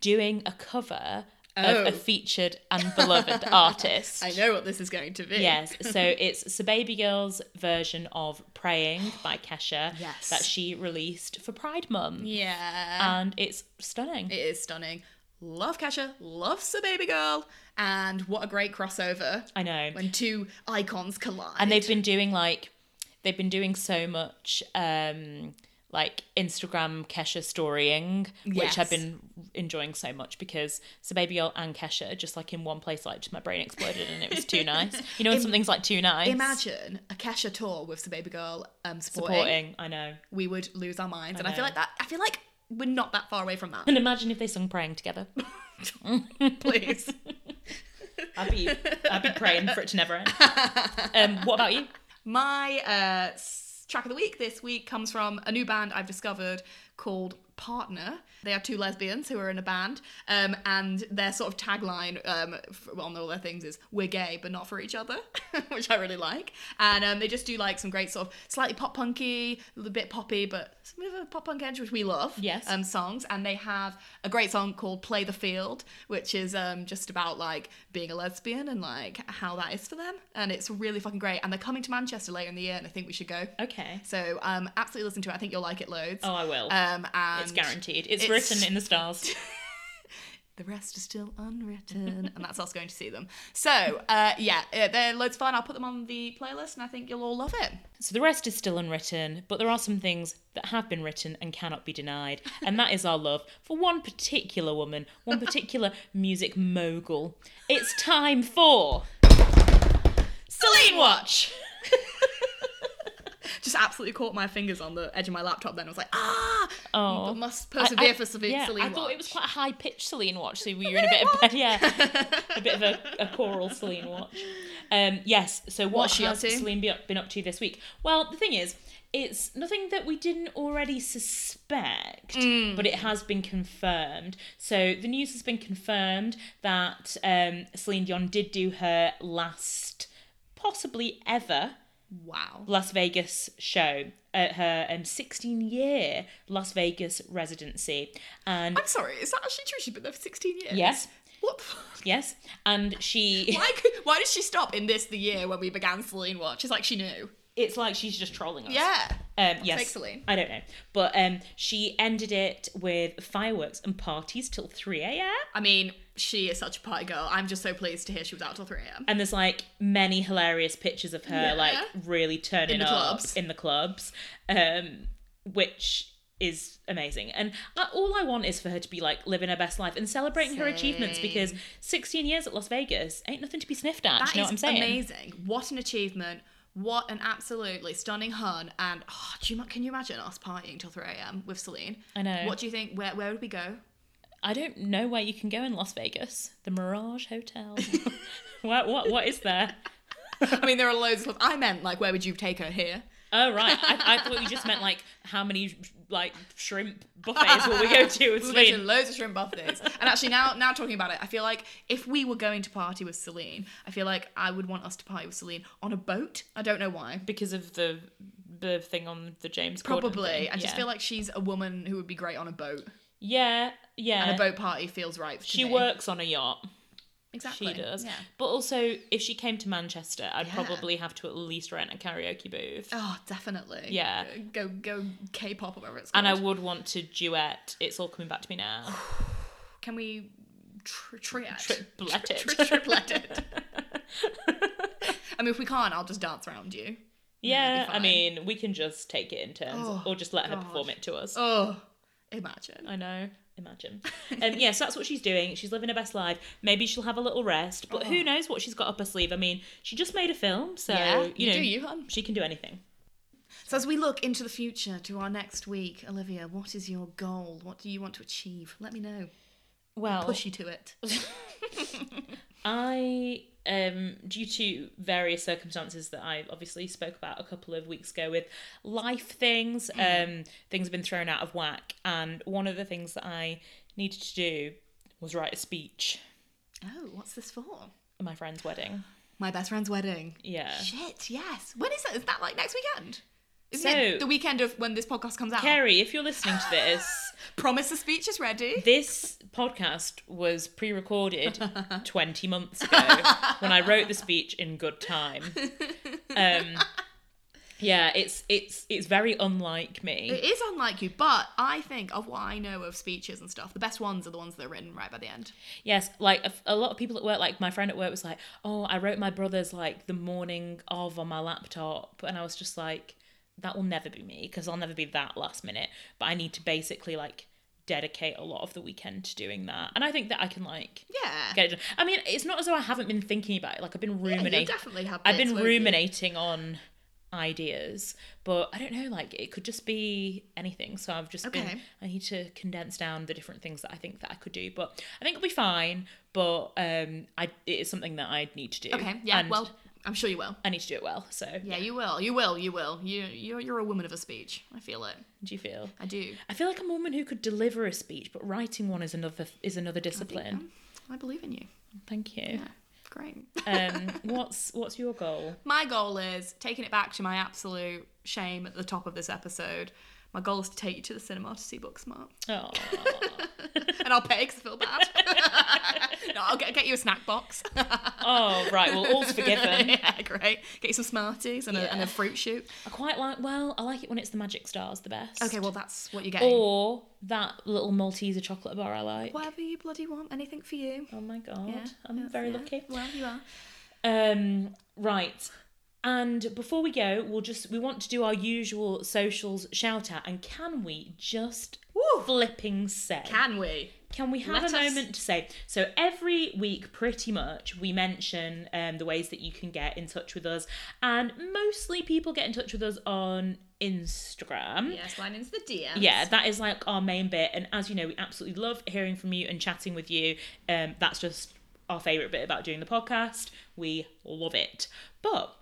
A: doing a cover
B: Oh.
A: of a featured and beloved artist.
B: I know what this is going to be.
A: Yes, so it's Sababy Girl's version of Praying by Kesha
B: Yes.
A: that she released for Pride Month.
B: Yeah.
A: And it's stunning.
B: it is stunning. Love Kesha, love Sir Baby Girl, and what a great crossover
A: I know.
B: when two icons collide.
A: and they've been doing like they've been doing so much um like Instagram Kesha storying, which
B: Yes.
A: I've been enjoying so much because so baby girl and Kesha are just like in one place, like just my brain exploded and it was too nice. You know, when something's like too nice.
B: Imagine a Kesha tour with Sir Baby Girl um, supporting.
A: supporting. I know.
B: We would lose our minds, and I feel
A: know.
B: like that. I feel like we're not that far away from that.
A: And imagine if they sung praying together.
B: Please.
A: I'd be I'd be praying for it to never end. Um, what about you?
B: My uh, s- track of the week this week comes from a new band I've discovered called Partner. They are two lesbians who are in a band, um, and their sort of tagline um, f- on all their things is "We're gay, but not for each other," which I really like. And um, they just do like some great sort of slightly pop punky, a little bit poppy, but some of a pop punk edge, which we love.
A: Yes.
B: Um, songs, and they have a great song called "Play the Field," which is um, just about like being a lesbian and like how that is for them, and it's really fucking great. And they're coming to Manchester later in the year, and I think we should go.
A: Okay.
B: So um, absolutely listen to it. I think you'll like it loads.
A: Oh, I will.
B: Um, and
A: it's guaranteed. It's,
B: it's-
A: written in the stars.
B: The rest is still unwritten, and that's us going to see them. So uh, yeah, uh, they're loads of fun. I'll put them on the playlist, and I think you'll all love it.
A: So the rest is still unwritten, but there are some things that have been written and cannot be denied, and that is our love for one particular woman, one particular music mogul. It's time for Celine Watch.
B: Just absolutely caught my fingers on the edge of my laptop. Then I was like, ah,
A: Oh.
B: but must
A: I-
B: persevere
A: I-
B: for Celine.
A: yeah,
B: Celine
A: I thought it
B: Watch.
A: was quite a high pitched Celine Watch, so we were in a bit of yeah, a bit of a, a choral Celine Watch. Um, yes. So what
B: What's she up
A: has
B: to?
A: Celine be up, been up to this week? Well, the thing is, it's nothing that we didn't already suspect,
B: Mm.
A: but it has been confirmed. So the news has been confirmed that um, Celine Dion did do her last, possibly ever,
B: Wow.
A: Las Vegas show at her um, 16 year Las Vegas residency. And
B: I'm sorry, is that actually true? She's been there for 16 years.
A: yes,
B: What the fuck?
A: yes. And she,
B: Why, could, why did she stop in this the year when we began Celine Watch? It's like she knew.
A: it's like she's just trolling us.
B: Yeah.
A: Um, yes.
B: Take Celine.
A: I don't know. But um, she ended it with fireworks and parties till 3 a.m.
B: I mean, she is such a party girl. I'm just so pleased to hear she was out till 3 a.m.
A: And there's like many hilarious pictures of her
B: Yeah.
A: like really turning
B: In the
A: up
B: clubs.
A: in the clubs, um, which is amazing. And I, all I want is for her to be like living her best life and celebrating her achievements because 16 years at Las Vegas ain't nothing to be sniffed at.
B: That
A: do you know
B: is
A: what I'm saying?
B: amazing. What an achievement. What an absolutely stunning hun. And oh, do you, can you imagine us partying till 3 a.m. with Celine?
A: I know.
B: What do you think? Where, where would we go?
A: I don't know where you can go in Las Vegas. The Mirage Hotel. what what what is there?
B: I mean, there are loads of. I meant, like, where would you take her here?
A: Oh right, I, I thought you just meant like how many like shrimp buffets will we go to in
B: We went to
A: Sweden?
B: loads of shrimp buffets. And actually, now now talking about it, I feel like if we were going to party with Celine, I feel like I would want us to party with Celine on a boat. I don't know why.
A: Because of the the thing on the James Corden
B: Probably.
A: thing.
B: I just
A: Yeah.
B: feel like she's a woman who would be great on a boat.
A: yeah, yeah.
B: And a boat party feels right for
A: she
B: me.
A: works on a yacht.
B: Exactly.
A: She does.
B: Yeah.
A: But also, if she came to Manchester, I'd
B: Yeah.
A: probably have to at least rent a karaoke booth.
B: Oh, definitely.
A: Yeah.
B: Go go K-pop or whatever it's called.
A: And I would want to duet It's All Coming Back to Me Now.
B: Can we tri- triad?
A: Triplet it.
B: Tri- triplet it. I mean, if we can't, I'll just dance around you.
A: yeah,
B: be
A: I
B: fine.
A: mean, we can just take it in turns
B: Oh,
A: or just let her perform
B: God.
A: it to us.
B: Oh, imagine.
A: I know. Imagine. Um, yeah, so that's what she's doing. She's living her best life. Maybe she'll have a little rest, but
B: Oh.
A: who knows what she's got up her sleeve. I mean, she just made a film, so
B: yeah.
A: you know,
B: do you, hun?
A: she can do anything.
B: So as we look into the future to our next week, Olivia, what is your goal? What do you want to achieve? Let me know.
A: Well,
B: Push you to it.
A: I um due to various circumstances that I obviously spoke about a couple of weeks ago with life things, um things have been thrown out of whack and one of the things that I needed to do was write a speech
B: Oh, what's this for?
A: at my friend's wedding.
B: My best friend's wedding.
A: Yeah.
B: Shit, yes. When is that? Is that like next weekend? Isn't
A: So-
B: it the weekend of when this podcast comes out?
A: Kerry, if you're listening to this,
B: Promise the speech is ready.
A: this podcast was pre-recorded 20 months ago when i wrote the speech in good time um yeah it's it's it's very unlike me
B: It is unlike you, but I think of what I know of speeches and stuff, the best ones are the ones that are written right by the end.
A: yes like a, a lot of people at work like my friend at work was like oh i wrote my brother's like the morning of on my laptop and i was just like that will never be me because i'll never be that last minute but i need to basically like dedicate a lot of the weekend to doing that and i think that i can like
B: Yeah.
A: get it done. I mean, it's not as though I haven't been thinking about it. Like I've been
B: Yeah, you'll
A: ruminating.
B: definitely have
A: I've
B: bits,
A: been
B: won't you?
A: ruminating on ideas, but I don't know. Like it could just be anything. So I've just been.
B: Okay.
A: I need to condense down the different things that I think that I could do. But I think it'll be fine. But um, I it is something that I need to do.
B: Okay, yeah,
A: And
B: well, I'm sure you will.
A: I need to do it well. So
B: Yeah, you will. You will. You will. You you're you're a woman of a speech. I feel it.
A: do you feel?
B: I do.
A: I feel like I'm a woman who could deliver a speech, but writing one is another is another discipline.
B: Um, I believe in you.
A: Thank you.
B: Yeah. Great.
A: Um, what's what's your goal?
B: my goal is taking it back to my absolute shame at the top of this episode. My goal is to take you to the cinema to see Booksmart,
A: Oh.
B: and I'll pay because I feel bad. no, I'll get, get you a snack box.
A: Oh, right. Well, all's forgiven.
B: yeah, great. Get you some Smarties and, a, and
A: Yeah.
B: a fruit shoot.
A: I quite like, well, I like it when it's the magic stars the best.
B: Okay, well that's what you're getting.
A: Or that little Malteser chocolate bar I like.
B: Whatever you bloody want, anything for you.
A: Oh my god.
B: Yeah,
A: I'm
B: yeah,
A: very
B: yeah.
A: lucky.
B: Well, you are.
A: Um, right. And before we go, we'll just we want to do our usual socials shout out and can we just flipping say
B: Can we?
A: Can we have
B: Let
A: a
B: us-
A: moment to say? So every week, pretty much, we mention um, the ways that you can get in touch with us, and mostly people get in touch with us on Instagram.
B: Yes, line into the DM.
A: Yeah, that is like our main bit, and as you know, we absolutely love hearing from you and chatting with you. Um, that's just our favorite bit about doing the podcast. We love it, but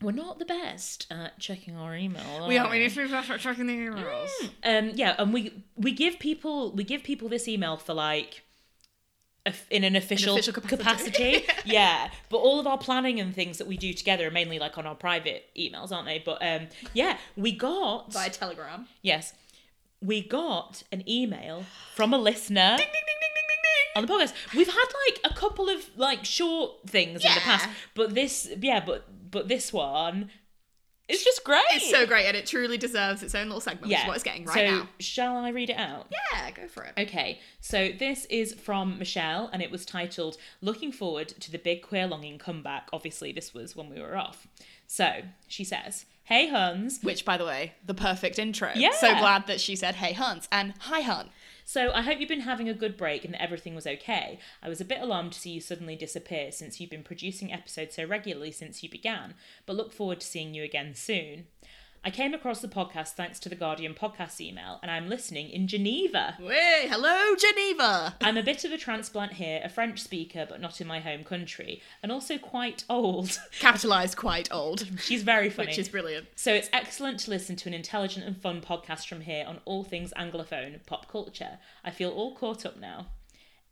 A: we're not the best at checking our email.
B: We
A: are
B: aren't. We need to be better at checking the emails.
A: um yeah and we we give people we give people this email for like a, in an official,
B: official
A: capacity,
B: capacity.
A: yeah but all of our planning and things that we do together are mainly like on our private emails aren't they but um yeah we got
B: Via Telegram.
A: yes we got an email from a listener
B: Ding ding ding ding ding ding.
A: on the podcast we've had like a couple of like short things in the
B: Yeah. yeah.
A: yeah but but this one it's just great
B: It's so great, and it truly deserves its own little segment, which
A: yeah
B: is what it's getting right
A: so
B: now.
A: shall i read it out
B: Yeah, go for it.
A: Okay, so this is from Michelle, and it was titled Looking Forward to the Big Queer Longing Comeback. Obviously, this was when we were off. So she says, Hey, Huns.
B: Which, by the way, the perfect intro.
A: Yeah.
B: So glad that she said, "Hey, Hunt," and "Hi, Hunt."
A: So I hope you've been having a good break and that everything was okay. I was a bit alarmed to see you suddenly disappear since you've been producing episodes so regularly since you began, but look forward to seeing you again soon. I came across the podcast thanks to the Guardian podcast email, and I'm listening in Geneva.
B: Hey, hello, Geneva.
A: I'm a bit of a transplant here, a French speaker, but not in my home country, and also quite old.
B: Capitalized quite old,
A: She's very funny.
B: which is brilliant.
A: So it's excellent to listen to an intelligent and fun podcast from here on all things Anglophone pop culture. I feel all caught up now.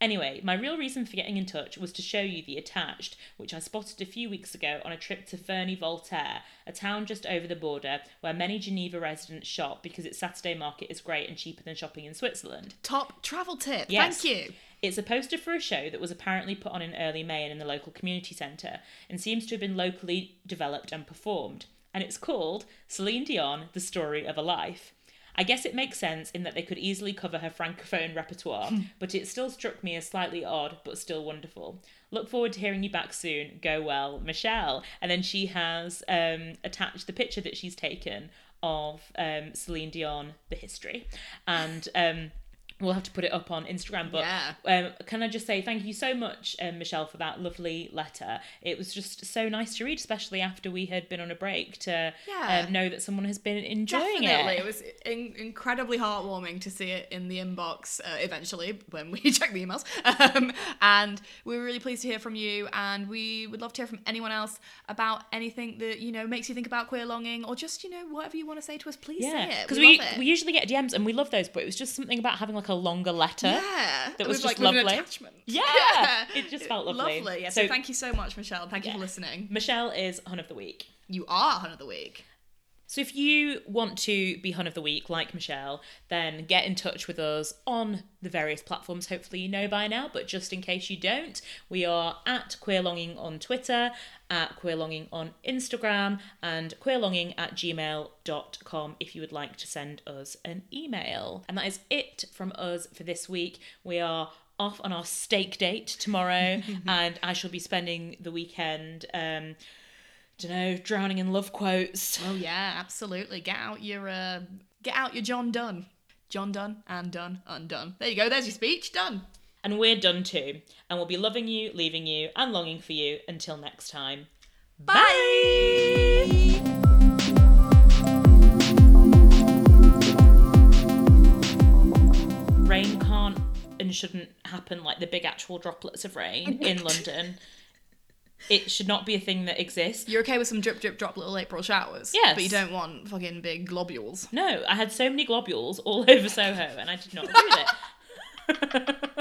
A: Anyway, my real reason for getting in touch was to show you the attached, which I spotted a few weeks ago on a trip to Fernie Voltaire, a town just over the border where many Geneva residents shop because its Saturday market is great and cheaper than shopping in Switzerland.
B: Top travel tip.
A: Yes.
B: Thank you.
A: It's a poster for a show that was apparently put on in early May and in the local community centre and seems to have been locally developed and performed. And it's called Celine Dion The Story of a Life. I guess it makes sense in that they could easily cover her francophone repertoire, but it still struck me as slightly odd, but still wonderful. Look forward to hearing you back soon. Go well, Michelle. And then she has um, attached the picture that she's taken of um, Celine Dion, the history. And um, we'll have to put it up on Instagram. But
B: Yeah.
A: um, can I just say thank you so much, um, Michelle, for that lovely letter. It was just so nice to read, especially after we had been on a break, to
B: Yeah.
A: um, know that someone has been enjoying
B: Definitely.
A: it.
B: was in- incredibly heartwarming to see it in the inbox uh, eventually when we check the emails. Um, and we were really pleased to hear from you. And we would love to hear from anyone else about anything that, you know, makes you think about queer longing or just, you know, whatever you want to say to us, please say
A: Yeah,
B: it.
A: because
B: we,
A: we,
B: love it.
A: we usually get DMs and we love those, but it was just something about having like a longer letter.
B: yeah.
A: that was
B: With,
A: just
B: with an
A: lovely.
B: attachment.
A: Yeah. It just felt lovely.
B: Lovely. Yeah. So,
A: So-
B: thank you so much, Michelle. Thank you for
A: Yeah.
B: listening.
A: Michelle is Hun of the Week.
B: You are Hun of the Week.
A: So if you want to be Hun of the Week like Michelle, then get in touch with us on the various platforms. Hopefully you know by now, but just in case you don't, we are at Queerlonging on Twitter, at Queerlonging on Instagram, and queerlonging at gmail.com if you would like to send us an email. And that is it from us for this week. We are off on our steak date tomorrow, and I shall be spending the weekend, um, don't know, drowning in love quotes.
B: Oh yeah, absolutely. Get out your uh, get out your John Dunn. John Dunn and Dunn undone. There you go. There's your speech. Done.
A: And we're done too. And we'll be loving you, leaving you, and longing for you until next time.
B: Bye.
A: Rain can't and shouldn't happen like the big actual droplets of rain in London. It should not be a thing that exists.
B: You're okay with some drip drip drop little April showers.
A: Yes.
B: But you don't want fucking big globules.
A: No, I had so many globules all over Soho and I did not agree with it.